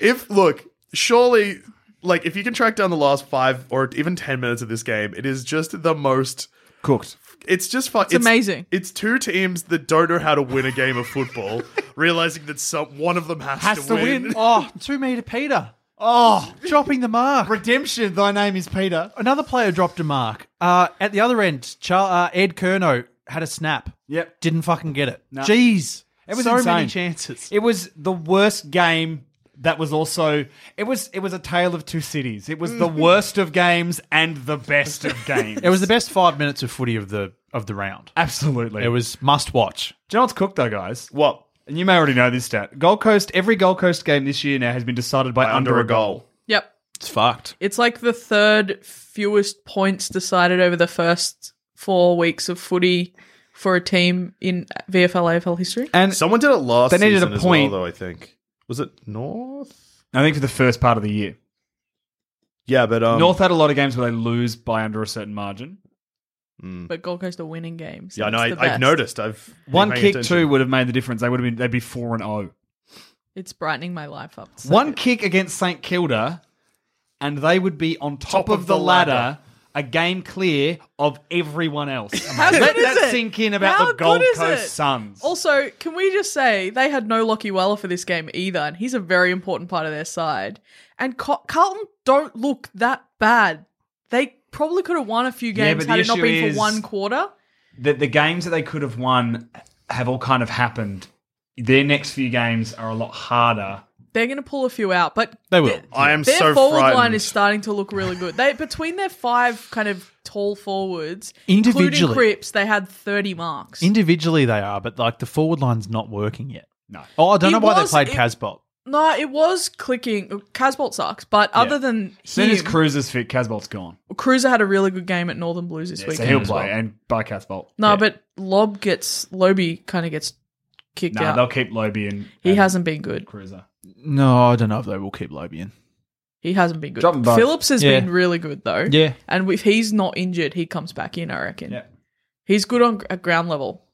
S1: if look, surely, like if you can track down the last five or even ten minutes of this game, it is just the most.
S5: Cooked.
S1: It's just fun. It's,
S4: amazing.
S1: It's two teams that don't know how to win a game of
S4: <laughs>
S1: football, realizing that some one of them has,
S5: Has to win.
S2: Oh, two meter Peter. Oh, dropping the mark.
S5: Redemption, thy name is Peter.
S2: Another player dropped a mark. Uh, at the other end, Char- uh, Ed Kerno had a snap.
S5: Yep.
S2: Didn't fucking get it. Jeez.
S5: It was
S2: so many
S5: insane.
S2: chances.
S5: It was the worst game that was also it was it was a tale of two cities.
S2: <laughs>
S5: It was the worst of games and the best of games.
S2: It was the best five minutes of footy of the of the round.
S5: Absolutely.
S2: It was must watch.
S5: Do you know what's cooked though, guys?
S1: <laughs> What?
S5: And you may already know this stat. Gold Coast, every Gold Coast game this year now has been decided by,
S1: Under a goal.
S4: Yep.
S2: It's fucked.
S4: It's like the third fewest points decided over the first four weeks of footy for a team in VFL AFL history.
S5: And
S1: Someone did it last.
S5: They needed
S1: season
S5: a
S1: as
S5: point.
S1: well, though. I think was it North.
S5: I think for the first part of the year.
S1: Yeah, but um,
S5: North had a lot of games where they lose by under a certain margin.
S4: But Gold Coast are winning games.
S1: Mm. Yeah, no,
S4: It's
S1: I,
S4: the
S1: I've
S4: best.
S1: noticed. I've been
S5: One
S1: paying
S5: kick
S1: attention.
S5: two would have made the difference. They would have been they'd be four and oh.
S4: It's brightening my life up. So
S5: One kick against St Kilda, and they would be on top, of, the ladder, a game clear of
S4: <laughs>
S5: everyone else.
S4: How
S5: Let
S4: good is
S5: that
S4: it?
S5: sink in about
S4: How
S5: the Gold
S4: good is
S5: Coast
S4: it?
S5: Suns.
S4: Also, can we just say they had no Lockie Weller for this game either, and he's a very important part of their side. And Car- Carlton don't look that bad. They probably could have won a few
S5: Yeah,
S4: games
S5: but
S4: had
S5: the
S4: it not
S5: issue
S4: been
S5: is-
S4: for one quarter.
S5: the, the games that they could have won have all kind of happened. Their next few games are a lot harder.
S4: They're going to pull a few out, but
S2: They will.
S1: I am
S4: their
S1: so
S4: forward
S1: frightened.
S4: line is starting to look really good. They between their five kind of tall forwards, including
S2: Individually.
S4: Cripps, they had thirty marks.
S2: Individually they are, but like the forward line's not working yet.
S5: No.
S2: Oh, I don't
S4: It
S2: know why
S4: was-
S2: they played
S4: it-
S2: Casbolt.
S4: no, it was clicking. Casbolt sucks, but other than him,
S5: As soon as Cruz is fit, Casbolt's gone.
S4: Cruiser had a really good game at Northern Blues this
S5: so
S4: weekend.
S5: he'll
S4: as
S5: play,
S4: well.
S5: and by Casbolt.
S4: No, but Lob gets Lobby kind of gets kicked
S5: No, they'll
S4: out.
S5: keep Lobie and,
S4: He
S5: and
S4: hasn't been good.
S5: Cruiser.
S2: No, I don't know if they will keep Lobian.
S4: He hasn't been good.
S5: Drop 'em both.
S4: Phillips has
S2: Yeah.
S4: been really good though.
S2: Yeah.
S4: And if he's not injured, he comes back in. I reckon.
S5: Yeah.
S4: He's good on at ground level.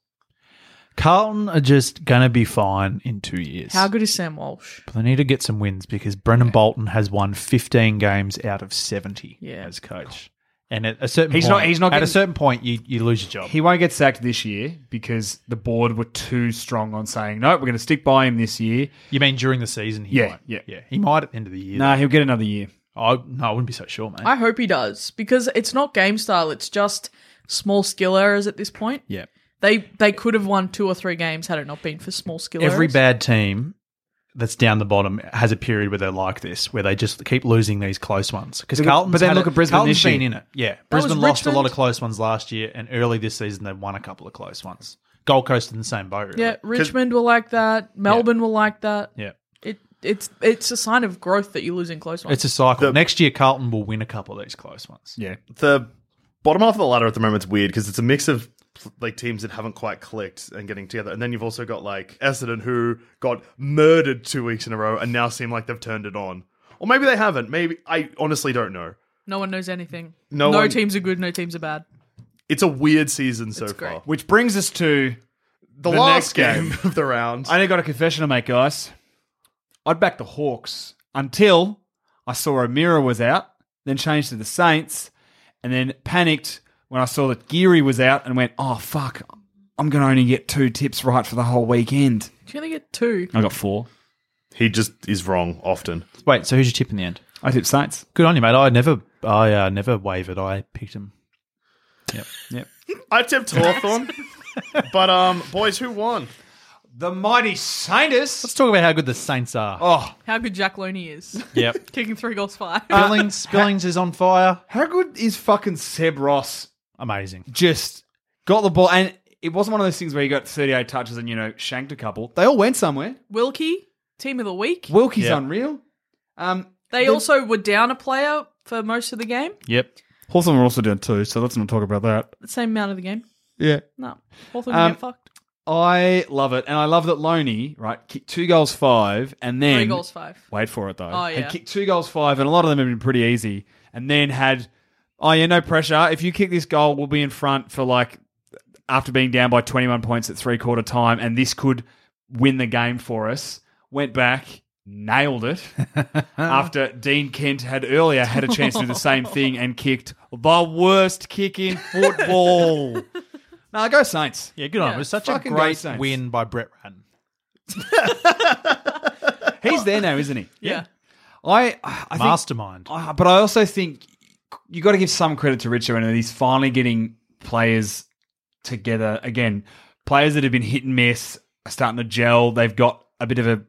S2: Carlton are just gonna be fine in two years.
S4: How good is Sam Walsh?
S2: But they need to get some wins because Brendan Bolton has won 15 games out of 70
S4: Yeah.
S2: as coach. And at a certain
S5: He's
S2: point,
S5: not- he's not
S2: at a
S5: getting-
S2: certain point, you, you lose your job.
S5: He won't get sacked this year because the board were too strong on saying, no, we're going to stick by him this year.
S2: you mean during the season? He
S5: Yeah,
S2: might.
S5: yeah.
S2: yeah. He might at the end of the year.
S5: Nah, he'll get another year.
S2: I, no, I wouldn't be so sure, mate.
S4: I hope he does because it's not game style. It's just small skill errors at this point.
S2: yeah.
S4: They they could have won two or three games had it not been for small skill
S2: Every
S4: errors.
S2: bad team that's down the bottom has a period where they're like this, where they just keep losing these close ones. Because
S5: But-
S2: Carlton,
S5: but then look at Brisbane
S2: Carlton's
S5: this
S2: been
S5: year.
S2: in it. Yeah,
S4: was
S2: Brisbane lost a lot
S4: Richmond.
S2: of close ones last year, and early this season they won a couple of close ones. Gold Coast in the same boat. Really.
S4: yeah, Richmond were like that. Melbourne were like that.
S2: yeah.
S4: It it's it's a sign of growth that you lose in close ones.
S2: It's a cycle.
S1: The-
S2: Next year, Carlton will win a couple of these close ones.
S5: Yeah.
S1: the bottom half of the ladder at the moment is weird because it's a mix of like teams that haven't quite clicked and getting together, and then you've also got like Essendon who got murdered two weeks in a row and now seem like they've turned it on, or maybe they haven't. Maybe I honestly don't know.
S4: no one knows anything.
S1: No
S4: No,
S1: one-
S4: teams are good. No teams are bad.
S1: It's a weird season so
S4: great.
S1: far.
S5: Which brings us to
S1: The,
S5: The
S1: last
S5: next
S1: game
S5: game.
S1: of the round.
S5: I only got a confession to make, guys. I'd back the Hawks until I saw O'Meara was out, then changed to the Saints, and then panicked when I saw that Geary was out and went, oh, fuck, I'm going to only get two tips right for the whole weekend.
S4: You're gonna get two.
S5: I got four.
S1: he just is wrong often.
S2: Wait, so who's your tip in the end?
S5: I tipped Saints.
S2: Good on you, mate. I never, I uh, never wavered. I picked him.
S5: Yep.
S1: <laughs> I tipped Hawthorn, but um, boys, who won?
S3: The mighty Saintus.
S2: Let's talk about how good the Saints are.
S3: Oh,
S4: How good Jack Loney is. <laughs>
S2: Yep.
S5: <laughs>
S4: Kicking three goals five.
S5: Uh,
S2: Billings, Billings is on fire.
S3: how good is fucking Seb Ross?
S2: Amazing.
S3: Just
S5: Got the ball, and it wasn't one of those things where he got 38 touches and, you know, shanked a couple.
S3: they all went somewhere.
S4: <laughs> Wilkie, team of the week.
S3: Wilkie's
S2: Yeah.
S3: unreal. Um,
S4: They also were down a player for most of the game.
S2: Yep.
S5: Hawthorn were also down too, so let's not talk about that.
S4: The same amount of the game.
S5: Yeah.
S4: No. Hawthorn
S5: Um,
S4: get fucked.
S5: I love it. And I love that Loney, right, kicked two goals five and then.
S4: Three goals five.
S5: Wait for it though.
S4: Oh, yeah.
S5: Had kicked two goals five, and a lot of them have been pretty easy. And then had, oh yeah, no pressure. If you kick this goal, we'll be in front for like after being down by 21 points at three quarter time, and this could win the game for us. Went back, nailed it. after Dean Kent had earlier had a chance to do the same thing and kicked the worst kick in
S4: <laughs>
S5: football. now go Saints.
S2: Yeah, good on him. It was such a
S5: Fucking go
S2: great
S5: Saints.
S2: win by Brett Ratton.
S5: He's there now, isn't he?
S4: Yeah.
S5: I, I think
S2: Mastermind.
S5: Uh, but I also think you got to give some credit to Richo and he's finally getting players together again. Players that have been hit and miss are starting to gel. They've got a bit of a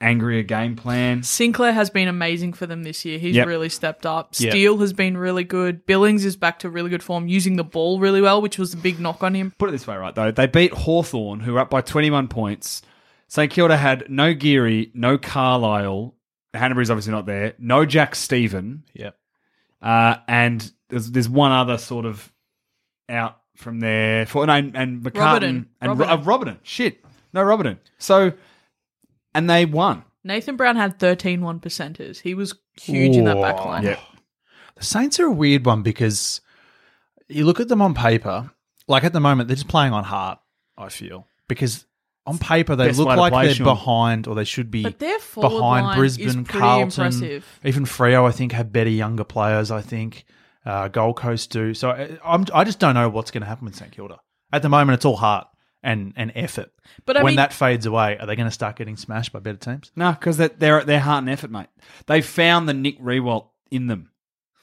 S5: angrier game plan.
S4: Sinclair has been amazing for them this year. He's
S5: Yep.
S4: really stepped up.
S2: Yeah.
S4: Steele has been really good. Billings is back to really good form, using the ball really well, which was the big knock on him.
S5: Put it this way, right though, they beat Hawthorn, who were up by 21 points. St Kilda had no Geary, no Carlisle. Hanbury's obviously not there. No Jack Stephen.
S2: Yep.
S5: Uh, and there's, there's one other sort of out from there for no, and, and McCartan
S4: Robertson.
S5: and Ro- uh,
S4: Robertson.
S5: Robertson. Shit, no Robertson. So, and they won.
S4: Nathan Brown had 13 one percenters. He was huge in that back
S2: Whoa.
S4: line.
S2: The Saints are a weird one because you look at them on paper, like at the moment, they're just playing on heart, I feel. Because on paper, they
S5: Best way
S2: look
S5: to
S2: like
S5: play,
S2: they're
S5: Sean.
S2: behind or they should be
S4: But their forward
S2: behind
S4: line is
S2: Brisbane,
S4: pretty
S2: Carlton.
S4: impressive.
S2: Even Freo, I think, have better younger players, I think. Uh, Gold Coast do. So I, I'm, I just don't know what's going to happen with St Kilda. At the moment, it's all heart and, and effort.
S4: But I
S2: when
S4: mean-
S2: that fades away, are they going to start getting smashed by better teams?
S5: No, because they're, they're they're heart and effort, mate. They found the Nick Rewalt in them.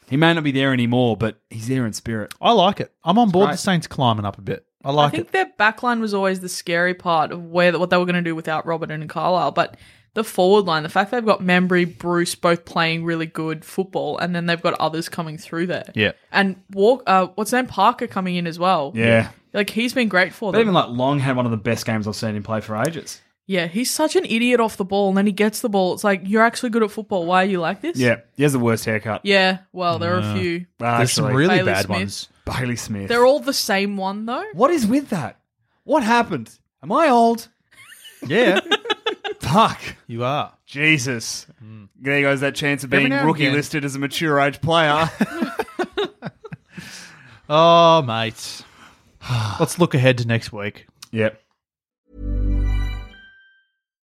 S5: He may not be there anymore, but he's there in spirit.
S2: I like it. I'm on board.
S5: great.
S2: The Saints climbing up a bit. I like
S4: I think
S2: it.
S4: their back line was always the scary part of where what they were going to do without Robert and Carlisle. But the forward line, the fact they've got Membry, Bruce both playing really good football, and then they've got others coming through there.
S2: Yeah.
S4: And walk, uh, what's his name Parker coming in as well.
S5: Yeah.
S4: Like he's been great for
S5: But
S4: them.
S5: even like Long had one of the best games I've seen him play for ages.
S4: yeah, he's such an idiot off the ball, and then he gets the ball. It's like you're actually good at football. Why are you like this?
S5: he has the worst haircut.
S4: Yeah. Well, there are a few.
S5: Well,
S2: There's some
S5: actually,
S2: really
S4: Bailey
S2: bad <laughs>
S4: Smith.
S2: ones.
S5: Bailey Smith.
S4: They're all the same one though.
S5: What is with that? What happened? Am I <laughs> old?
S2: Yeah,
S5: Fuck.
S2: you are.
S5: Jesus. There goes that chance of
S2: Every
S5: being
S2: now and
S5: rookie
S2: again.
S5: listed as a mature age <laughs> player.
S2: Oh, mate. <sighs> Let's look ahead to next week.
S5: yep.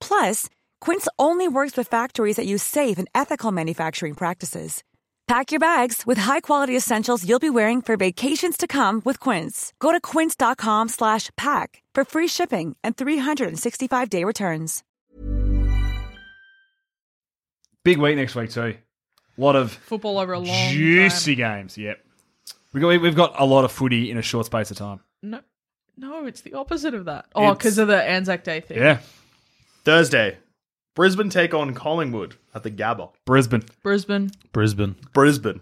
S6: Plus, Quince only works with factories that use safe and ethical manufacturing practices. Pack your bags with high-quality essentials you'll be wearing for vacations to come with Quince. Go to quince.com slash pack for free shipping and 365-day returns.
S5: Big week next week too. A lot of
S4: Football over a long time.
S5: juicy games. Yep. We got, we've got a lot of footy in a short space of time.
S4: No, no, it's the opposite of that. Oh, because
S5: It's-
S4: of the Anzac Day thing.
S5: Yeah,
S1: Thursday, Brisbane take on Collingwood at the Gabba.
S5: Brisbane.
S4: Brisbane.
S2: Brisbane.
S1: Brisbane.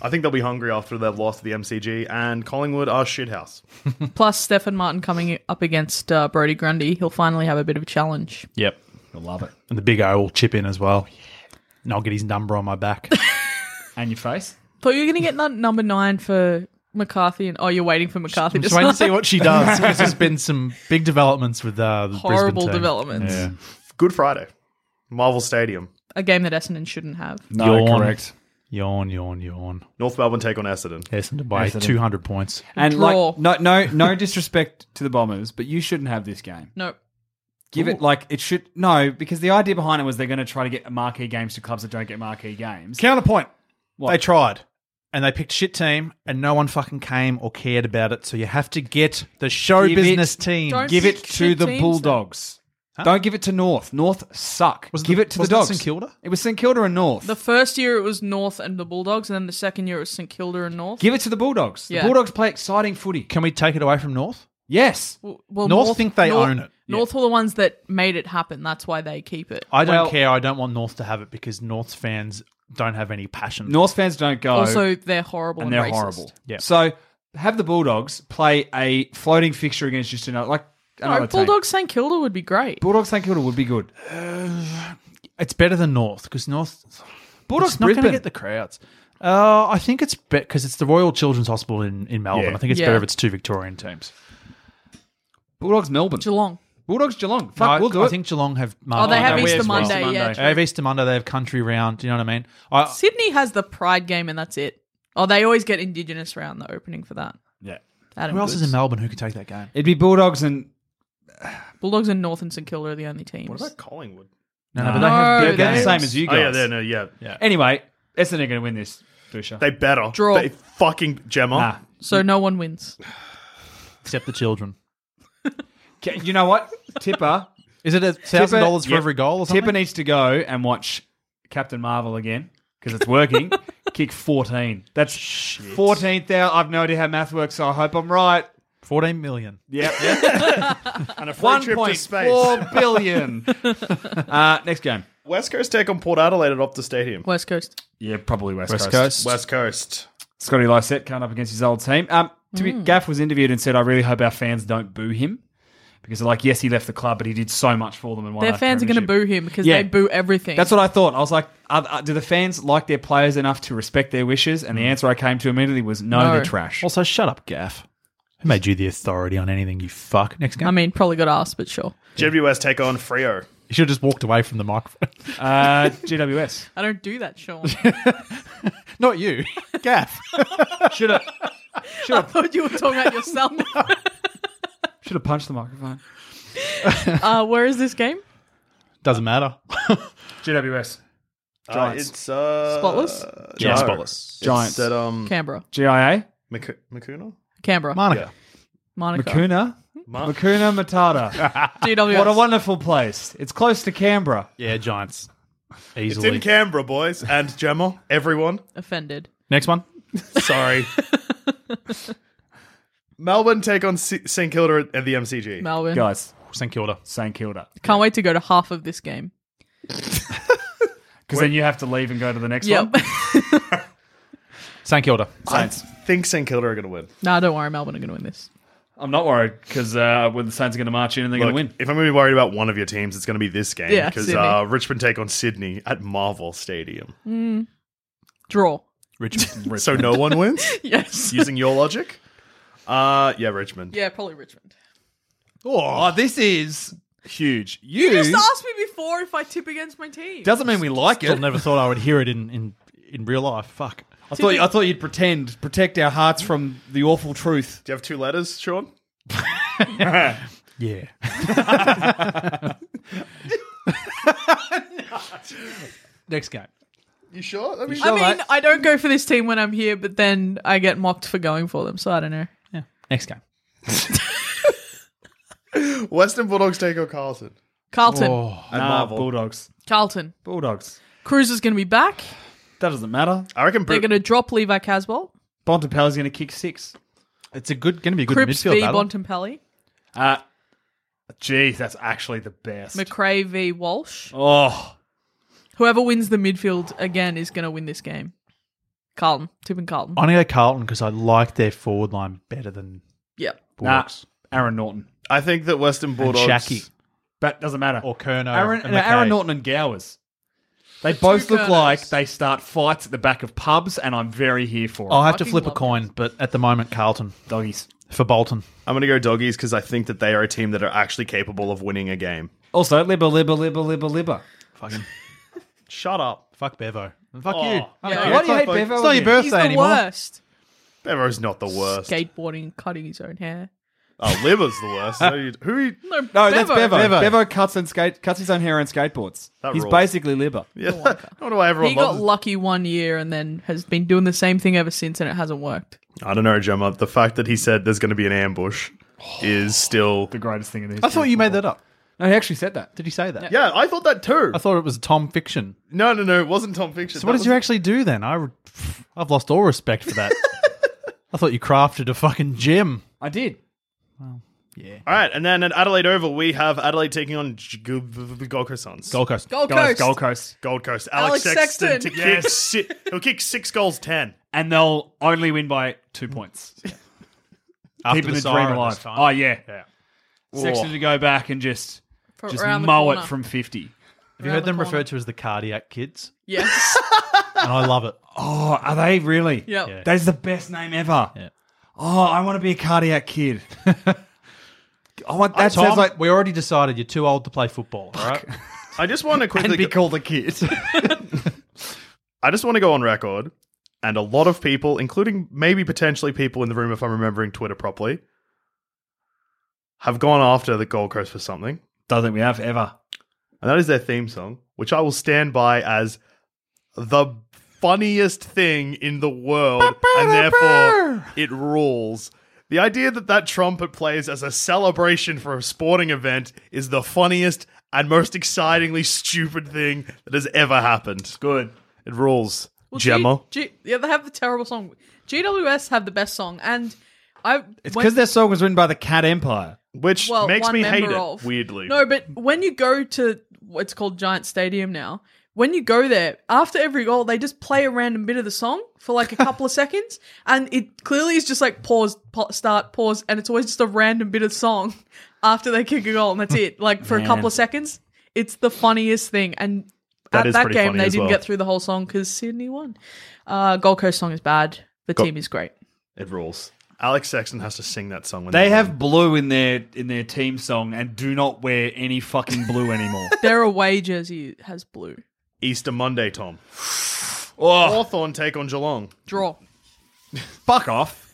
S1: I think they'll be hungry after they've lost to the MCG, and Collingwood are shithouse.
S4: Plus, Stefan Martin coming up against uh, Brody Grundy. He'll finally have a bit of a challenge.
S2: Yep.
S5: I love it.
S2: And the big O will chip in as well. And I'll get his number on my back.
S5: And your face.
S4: Thought you were going to get nu- number nine for McCarthy. and Oh, you're waiting for
S2: <laughs>
S4: McCarthy
S2: I'm
S4: to
S2: just waiting to
S4: sign.
S2: see what she does. There's just been some big developments with uh, the
S4: Horrible
S2: Brisbane team.
S4: developments.
S2: Yeah.
S1: Good Friday, Marvel Stadium.
S4: A game that Essendon shouldn't have.
S5: No,
S2: Yawn.
S5: correct.
S2: <laughs> Yawn, yawn, yawn.
S1: North Melbourne take on Essendon.
S2: Essendon by
S5: Essendon.
S2: 200 points.
S5: And
S4: Draw.
S5: like, no, no, no <laughs> disrespect to the Bombers, but you shouldn't have this game.
S4: Nope.
S5: Give it like it should. No, because the idea behind it was they're going to try to get marquee games to clubs that don't get marquee games.
S2: Counterpoint.
S5: What?
S2: They tried. And they picked a shit team, and no one fucking came or cared about it. So you have to get the show
S5: Give it-
S2: business team.
S4: Don't
S5: give it to
S4: Shit
S5: the
S4: teams,
S5: Bulldogs. Don't give it to North. North suck.
S2: Wasn't
S5: give
S2: the-
S5: it to the
S2: wasn't it
S5: Dogs.
S2: St Kilda?
S5: It was St Kilda and North.
S4: The first year it was North and the Bulldogs, and then the second year it was St Kilda and North.
S5: give it to the Bulldogs.
S4: Yeah.
S5: The Bulldogs play exciting footy.
S2: Can we take it away from North?
S5: Yes.
S4: Well, well,
S2: North think they own it.
S4: North are the ones that made it happen. That's why they keep it.
S2: I don't
S5: Well-
S2: care. I don't want North to have it because North fans don't have any passion.
S5: North fans don't go.
S4: Also, they're horrible
S5: and
S4: and,
S5: they're
S4: racist.
S5: horrible.
S2: Yeah.
S5: So have the Bulldogs play a floating fixture against just another like another
S4: No,
S5: team.
S4: Bulldogs St Kilda would be great.
S5: Bulldogs St Kilda would be good.
S2: It's better than North because North
S5: Bulldogs
S2: it's not going to
S5: Brisbane.
S2: get the crowds. Uh, I think it's better because it's the Royal Children's Hospital in, in Melbourne.
S5: Yeah.
S2: I think it's
S4: Yeah.
S2: better if it's two Victorian teams.
S5: Bulldogs Melbourne.
S4: Geelong.
S5: Bulldogs Geelong. Fuck,
S2: No,
S5: we'll do
S2: I
S5: it.
S2: think Geelong have.
S4: Oh, they
S2: Monday.
S4: have
S5: no, we
S4: Easter
S5: have Monday.
S4: Monday.
S5: Monday.
S4: Yeah,
S2: They have Easter Monday. They have Country Round. Do you know what I mean? I,
S4: Sydney has the Pride game, and that's it. Oh, they always get Indigenous round the opening for that.
S5: yeah.
S4: Adam
S2: who else is
S4: Goods.
S2: in Melbourne who could take that game?
S5: It'd be Bulldogs and
S4: Bulldogs and North and St Kilda are the only teams.
S1: What about Collingwood?
S2: No, no,
S5: No,
S2: but they have
S4: they're
S2: big
S5: they're the
S2: games.
S5: same as you
S1: Oh
S5: guys.
S1: yeah, they're no, yeah, yeah.
S5: Anyway, Essendon are going to win this. Dusha.
S1: They better
S4: Draw.
S1: They fucking Gemma.
S5: Nah.
S4: so no one wins.
S2: except the children.
S5: Ca- You know what? Tipper.
S2: Is it a <laughs> thousand dollars for
S5: Yep.
S2: every goal or something?
S5: Tipper needs to go and watch Captain Marvel again because
S2: <laughs>
S5: it's working. Kick 14. That's 14th out. I've no idea how math works, so I hope I'm right.
S2: Fourteen million.
S5: Yep.
S2: <laughs>
S1: And a free trip to space.
S2: <laughs>
S5: 1.4 billion. uh, next game.
S1: West Coast take on Port Adelaide at Optus Stadium.
S4: West Coast.
S5: Yeah, probably West,
S1: West Coast.
S5: Scotty Lysette can't up against his old team. Um, to
S4: Hmm.
S5: be, Gaff was interviewed and said, I really hope our fans don't boo him. Because they're like, yes, he left the club, but he did so much for them and won
S4: Their
S5: a
S4: fans are going to
S5: premiership."
S4: boo him because
S5: Yeah.
S4: they boo everything.
S5: That's what I thought. I was like, are, are- do the fans like their players enough to respect their wishes? And the answer I came to immediately was no,
S4: Hmm. No.
S5: they're trash.
S2: Also, shut up, Gaff. Who made you the authority on anything? You fuck. Next game.
S4: I mean, probably got asked, but sure.
S1: GWS take on Frio.
S2: you should have just walked away from the microphone.
S5: Uh,
S4: <laughs>
S5: GWS.
S4: I don't do that, Sean.
S2: <laughs> Not you, Gaff.
S5: Should have
S4: I thought you were talking about yourself.
S5: should have punched the microphone.
S4: <laughs> uh, where is this game?
S2: <laughs> Doesn't matter.
S5: GWS.
S1: Uh,
S5: Giants.
S1: it's uh,
S4: Spotless?
S2: Yeah,
S1: no.
S2: spotless.
S5: Giants.
S1: It's at um
S4: Canberra.
S5: GIA.
S1: Mac- Macuna?
S4: Canberra.
S2: Monica.
S4: Monica.
S5: Makuna.
S1: Ma-
S5: Makuna
S4: <laughs>
S5: Matata.
S4: DWS.
S5: what a wonderful place. It's close to Canberra.
S2: Yeah, Giants.
S1: It's
S2: Easily.
S1: in Canberra, boys. And Gemma, everyone.
S4: Offended.
S2: Next one.
S1: Sorry. Melbourne take on S- St Kilda at- at the MCG.
S4: Melbourne.
S5: Guys,
S2: St Kilda.
S5: St Kilda.
S4: Can't wait to go to half of this game.
S5: Because then you have to leave and go to the next
S4: Yep.
S5: one.
S2: St Kilda.
S5: Saints.
S1: Think St Kilda are going to win.
S4: <laughs> nah, don't worry. Melbourne are going to win this.
S5: I'm not worried because uh, when the Saints are going to march in and they're going
S1: Look,
S5: to win.
S1: If I'm going to be worried about one of your teams, it's going to be this game
S4: Yeah,
S1: because
S4: Sydney.
S1: uh, Richmond take on Sydney at Marvel Stadium.
S4: Draw.
S2: Richmond. <laughs>
S1: So no one wins.
S4: <laughs> Yes.
S1: Using your logic, uh, yeah, Richmond.
S4: yeah, probably Richmond.
S5: Oh, this is huge. You,
S4: Just asked me before if I tip against my team.
S5: doesn't mean we like
S2: Still
S5: it.
S2: never thought I would hear it in, in, in real life. Fuck.
S5: I thought I thought you'd pretend protect our hearts from the awful truth.
S1: Do you have two letters, Sean?
S2: <laughs> Yeah. Next game.
S1: You sure? I mean,
S4: I mean, I don't go for this team when I'm here, but then I get mocked for going for them, so I don't know.
S2: Yeah. Next game.
S1: Western Bulldogs take on Carlton.
S4: Carlton.
S2: Oh.
S1: At
S5: Nah,
S1: Marvel.
S5: Bulldogs.
S4: Carlton.
S5: Bulldogs.
S4: Cruz is going to be back.
S5: That doesn't matter.
S1: I reckon.
S4: They're
S1: Bri-
S4: going to drop Levi Caswell.
S5: Bontempelli's going to kick six.
S2: It's a good, going to be a good
S4: Cripps
S2: midfield
S4: v
S2: battle.
S4: Bontempelli.
S5: Uh, geez, that's actually the best.
S4: McRae v Walsh.
S5: oh,
S4: Whoever wins the midfield again is going to win this game. Carlton. Tipping Carlton.
S2: I'm going to go Carlton because I like their forward line better than
S4: Yep.
S5: nah,
S2: Bulldogs.
S5: Aaron Norton.
S1: I think that Western
S2: And
S1: Bulldogs.
S2: Shaki
S5: But doesn't matter.
S2: or Kerno.
S5: Aaron,
S2: and
S5: no,
S2: McKay.
S5: Aaron Norton and Gowers. They both
S4: two
S5: look like
S4: Kernos.
S5: they start fights at the back of pubs, and I'm very here for it.
S2: I'll Oh, have to
S4: Fucking
S2: flip a
S4: love
S2: coin, but at the moment, Carlton
S5: Doggies.
S2: for Bolton.
S1: I'm going to go doggies because I think that they are a team that are actually capable of winning a game.
S5: Also, Libba, Libba, Libba, Libba, Libba.
S2: Fucking
S1: Shut up.
S2: fuck Bevo. And fuck
S5: Oh,
S2: you.
S4: Yeah.
S5: Why do you hate
S1: Fuck, fuck.
S5: Bevo?
S2: It's not your
S5: again?
S2: birthday
S4: He's the
S2: anymore.
S4: worst.
S1: Bevo's not the worst.
S4: Skateboarding, cutting his own hair.
S1: Oh, Libba's the worst. Who are you- Who? Are you-
S4: No,
S5: No,
S4: Bevo.
S5: that's Bevo.
S2: Bevo.
S5: Bevo, cuts and skate cuts his own hair and skateboards.
S1: That
S5: He's
S1: rules.
S5: basically Libba.
S1: Yeah, I <laughs> don't know why everyone
S4: He
S1: loves.
S4: got lucky one year and then has been doing the same thing ever since, and it hasn't worked.
S1: I don't know, Gemma. The fact that he said there's going to be an ambush is still.
S5: The greatest thing in this.
S2: I thought you made that up.
S5: No, he actually said that.
S2: Did you say that?
S1: Yeah, I thought that too.
S2: I thought it was Tom Fiction.
S1: No, no, no. It wasn't Tom Fiction.
S2: So what
S1: That
S2: did you
S1: was-
S2: actually do then? I, re- <laughs> I've lost all respect for that. I thought you crafted a fucking gym.
S5: I did.
S1: All right, and then at Adelaide Oval, we have Adelaide taking on G- G- the Gold Coast Suns.
S2: Gold Coast.
S4: Gold
S5: Guys,
S4: Coast.
S5: Gold Coast.
S1: Gold Coast.
S4: Alex
S1: Alex, Sexton,
S4: Sexton.
S1: to kick. Si- he'll kick six goals, ten.
S5: And they'll only win by two points.
S2: After
S5: Keeping the, dream
S2: siren this
S5: alive.
S2: time.
S5: Oh yeah.
S2: Yeah.
S5: Sexton to go back and just
S4: For-
S5: just
S4: around the
S5: mow
S4: corner.
S5: it from fifty.
S2: Have you
S4: Around
S2: heard
S4: the
S2: them
S4: corner.
S2: referred to as the cardiac kids?
S4: Yes.
S2: And I love it.
S5: Oh, are they really?
S4: Yep.
S2: Yeah.
S5: That is the best name ever.
S2: Yeah.
S5: Oh, I want to be a cardiac kid. <laughs> I want that
S2: That
S5: sounds like
S2: we already decided you're too old to play football, all right?
S1: I just want to quickly.
S5: called a <laughs> kid.
S1: I just want to go on record, and a lot of people, including maybe potentially people in the room, if I'm remembering Twitter properly, have gone after the Gold Coast for something,
S5: Don't think we have ever.
S1: and that is their theme song, which I will stand by as the funniest thing in the world, and therefore it rules. The idea that that trumpet plays as a celebration for a sporting event is the funniest and most excitingly stupid thing that has ever happened. Good. It rules.
S4: Well, G-
S1: Gemma.
S4: G- yeah, they have the terrible song. GWS have the best song, and I.
S5: It's
S4: when-
S5: because their song was written by the Cat Empire.
S1: which
S4: well,
S1: makes
S4: one
S1: me
S4: member
S1: hate it
S4: of.
S1: weirdly.
S4: No, but when you go to what's called Giant Stadium now, when you go there, after every goal, they just play a random bit of the song for like a
S1: <laughs>
S4: couple of seconds, and it clearly is just like pause, pa- start, pause, and it's always just a random bit of song after they kick a goal, and that's it. Like for a couple of seconds, it's the funniest thing. And
S1: That
S4: at
S1: is
S4: that
S1: pretty
S4: game,
S1: funny
S4: they
S1: as
S4: didn't
S1: well.
S4: get through the whole song because Sydney won. Uh, Gold Coast song is bad. The team is great.
S1: it rules. Alex Sexton has to sing that song when
S5: They
S1: win.
S5: have blue in their in their team song and do not wear any fucking blue anymore.
S4: Their away jersey has blue.
S1: Easter Monday,
S4: <sighs>
S1: Tom.
S5: oh,
S1: Hawthorn take on Geelong.
S4: Draw.
S5: <laughs> fuck off.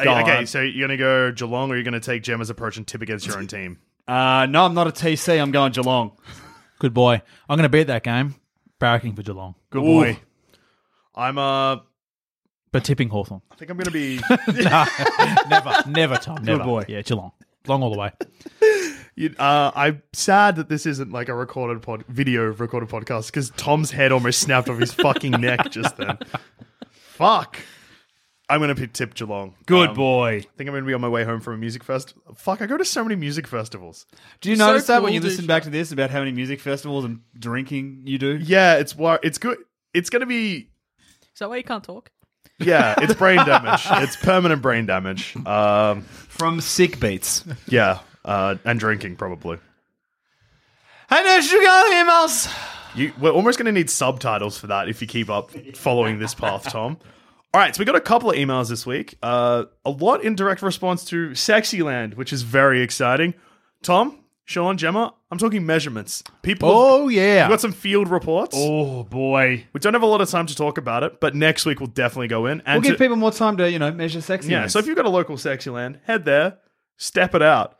S1: Okay, okay, so you're gonna go Geelong, or you're gonna take Gemma's approach and tip against your <laughs> own team.
S5: Uh, no, I'm not a TC. I'm going Geelong.
S2: Good boy. I'm going to beat that game, barracking for Geelong,
S5: Good boy.
S1: I'm uh,
S2: but tipping Hawthorn.
S1: I think I'm gonna <laughs> be.
S2: never, never, Tom. Never.
S5: boy.
S2: Yeah, Geelong. Long all the way.
S1: you- uh, I'm sad that this isn't like a recorded pod video of recorded podcast because Tom's head almost snapped off his fucking neck just <laughs> then. Fuck. I'm gonna pick tip Geelong.
S5: Good
S1: Um,
S5: boy.
S1: I think I'm gonna be on my way home from a music fest. Fuck, I go to so many music festivals.
S5: Do you
S4: So
S5: notice that when
S4: cool,
S5: you listen
S4: dude.
S5: back to this about how many music festivals and drinking you do?
S1: Yeah, it's why it's good. It's gonna be
S4: Is that why you can't talk?
S1: yeah. It's brain damage. <laughs> it's permanent brain damage. Um,
S5: From sick beats.
S1: yeah, uh, and drinking probably.
S5: I know sugar emails.
S1: You, we're almost going to need subtitles for that if you keep up following this path, Tom. <laughs> All right, so we got a couple of emails this week. Uh, a lot in direct response to Sexyland, which is very exciting. Tom, Sean, Gemma, I'm talking measurements. People,
S2: Oh, yeah.
S1: we got some field reports.
S5: <laughs> Oh boy.
S1: We don't have a lot of time to talk about it, but next week we'll definitely go in.
S5: We'll
S1: And to-
S5: give people more time to you know measure sexiness.
S1: Yeah, so if you've got a local sexy land, head there, step it out.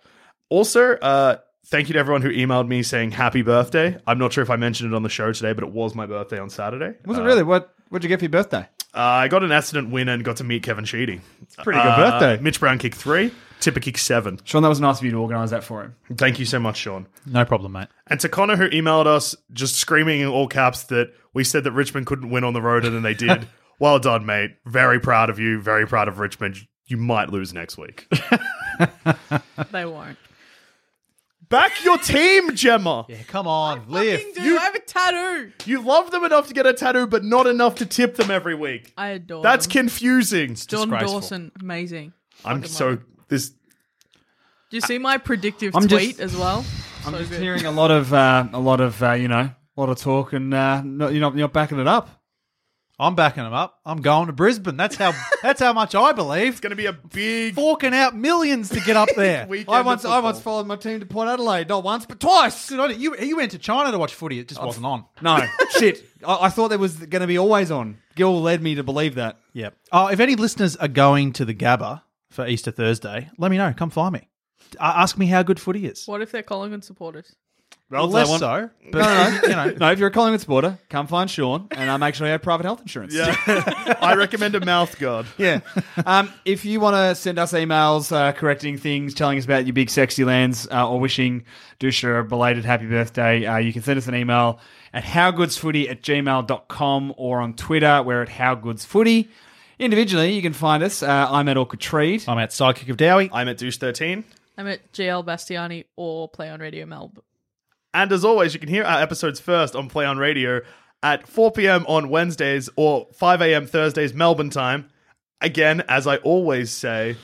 S1: Also, uh, thank you to everyone who emailed me saying happy birthday. I'm not sure if I mentioned it on the show today, but it was my birthday on Saturday.
S5: was it
S1: Uh,
S5: really what? What'd you get for your birthday?
S1: Uh, I got an accident win and got to meet Kevin Sheedy. It's
S5: pretty good birthday.
S1: Mitch Brown kicked three, Tipper kicked seven.
S5: Sean, that was nice of you to organise that for him.
S1: Thank you so much, Sean.
S2: No problem, mate.
S1: And to Connor, <laughs> who emailed us just screaming in all caps that we said that Richmond couldn't win on the road and then they did. Well done, mate. Very proud of you. Very proud of Richmond. You might lose next week.
S4: They won't.
S1: Back your team, Gemma.
S2: Yeah, come on, live.
S4: Dude, I have a tattoo.
S1: You love them enough to get a tattoo, but not enough to tip them every week.
S4: I adore.
S1: That's
S4: them.
S1: confusing.
S4: Um, John
S2: disgraceful.
S4: Dawson, amazing.
S1: I'm so this.
S4: Do you see my predictive
S5: I'm just-
S4: tweet as well?
S5: I'm
S4: So
S5: just
S4: good.
S5: hearing a lot of uh, a lot of uh, you know a lot of talk, and uh, not, you're not you're not backing it up.
S2: I'm backing them up. I'm going to Brisbane. That's how. <laughs> that's how much I believe.
S1: It's going to be a big
S2: Forking out millions to get <laughs>
S5: <laughs>
S2: up there.
S1: weekend.
S3: I
S1: of
S3: once, I once
S1: football.
S3: followed my team to Port Adelaide, not once but twice.
S2: Good on you. you. You went to China to watch footy. It just wasn't on.
S5: Oh,
S2: <laughs>
S5: No shit. I, I thought there was going to be always on. Gil led me to
S2: <laughs>
S5: believe that.
S2: Yep. Oh, if any listeners are going to the Gabba for Easter Thursday, let me know. Come find me. A- ask me how good footy is.
S4: What if they're Collingwood supporters?
S5: Well,
S2: Less
S5: they want-
S2: so, but <laughs> you know,
S5: No, if you're a Collingwood supporter, come find Sean, and uh, I'm actually have private health insurance.
S1: Yeah. <laughs> I recommend a mouth guard.
S5: yeah. Um, if you want to send us emails uh, correcting things, telling us about your big sexy lands, uh, or wishing Dusha a belated happy birthday, uh, you can send us an email at howgoodsfooty at gmail.com or on Twitter, we're at howgoodsfooty. Individually, you can find us. Uh, I'm at Orchid Treed.
S2: I'm at Sidekick of Dowie.
S1: I'm at douche thirteen.
S4: I'm at GL Bastiani or play on Radio Melb.
S1: And as always, you can hear our episodes first on Play On Radio at 4 p.m. on Wednesdays or 5 a.m. Thursdays, Melbourne time. Again, as I always say,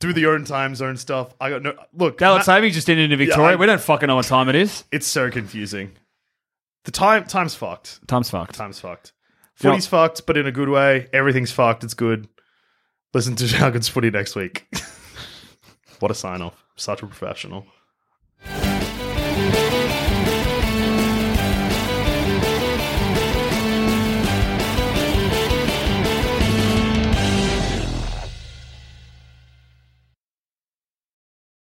S1: do the own time zone stuff. I got no look.
S5: Daylight
S2: Uh,
S1: ma-
S5: saving just ended into Victoria.
S1: I-
S5: we don't fucking know what time it is.
S1: it's so confusing. The time time's fucked.
S5: Time's fucked.
S1: Time's fucked. Footy's fucked, but in a good way. Everything's fucked. It's good. <laughs> Listen to Jargon's footy next week. what a sign off. Such a professional.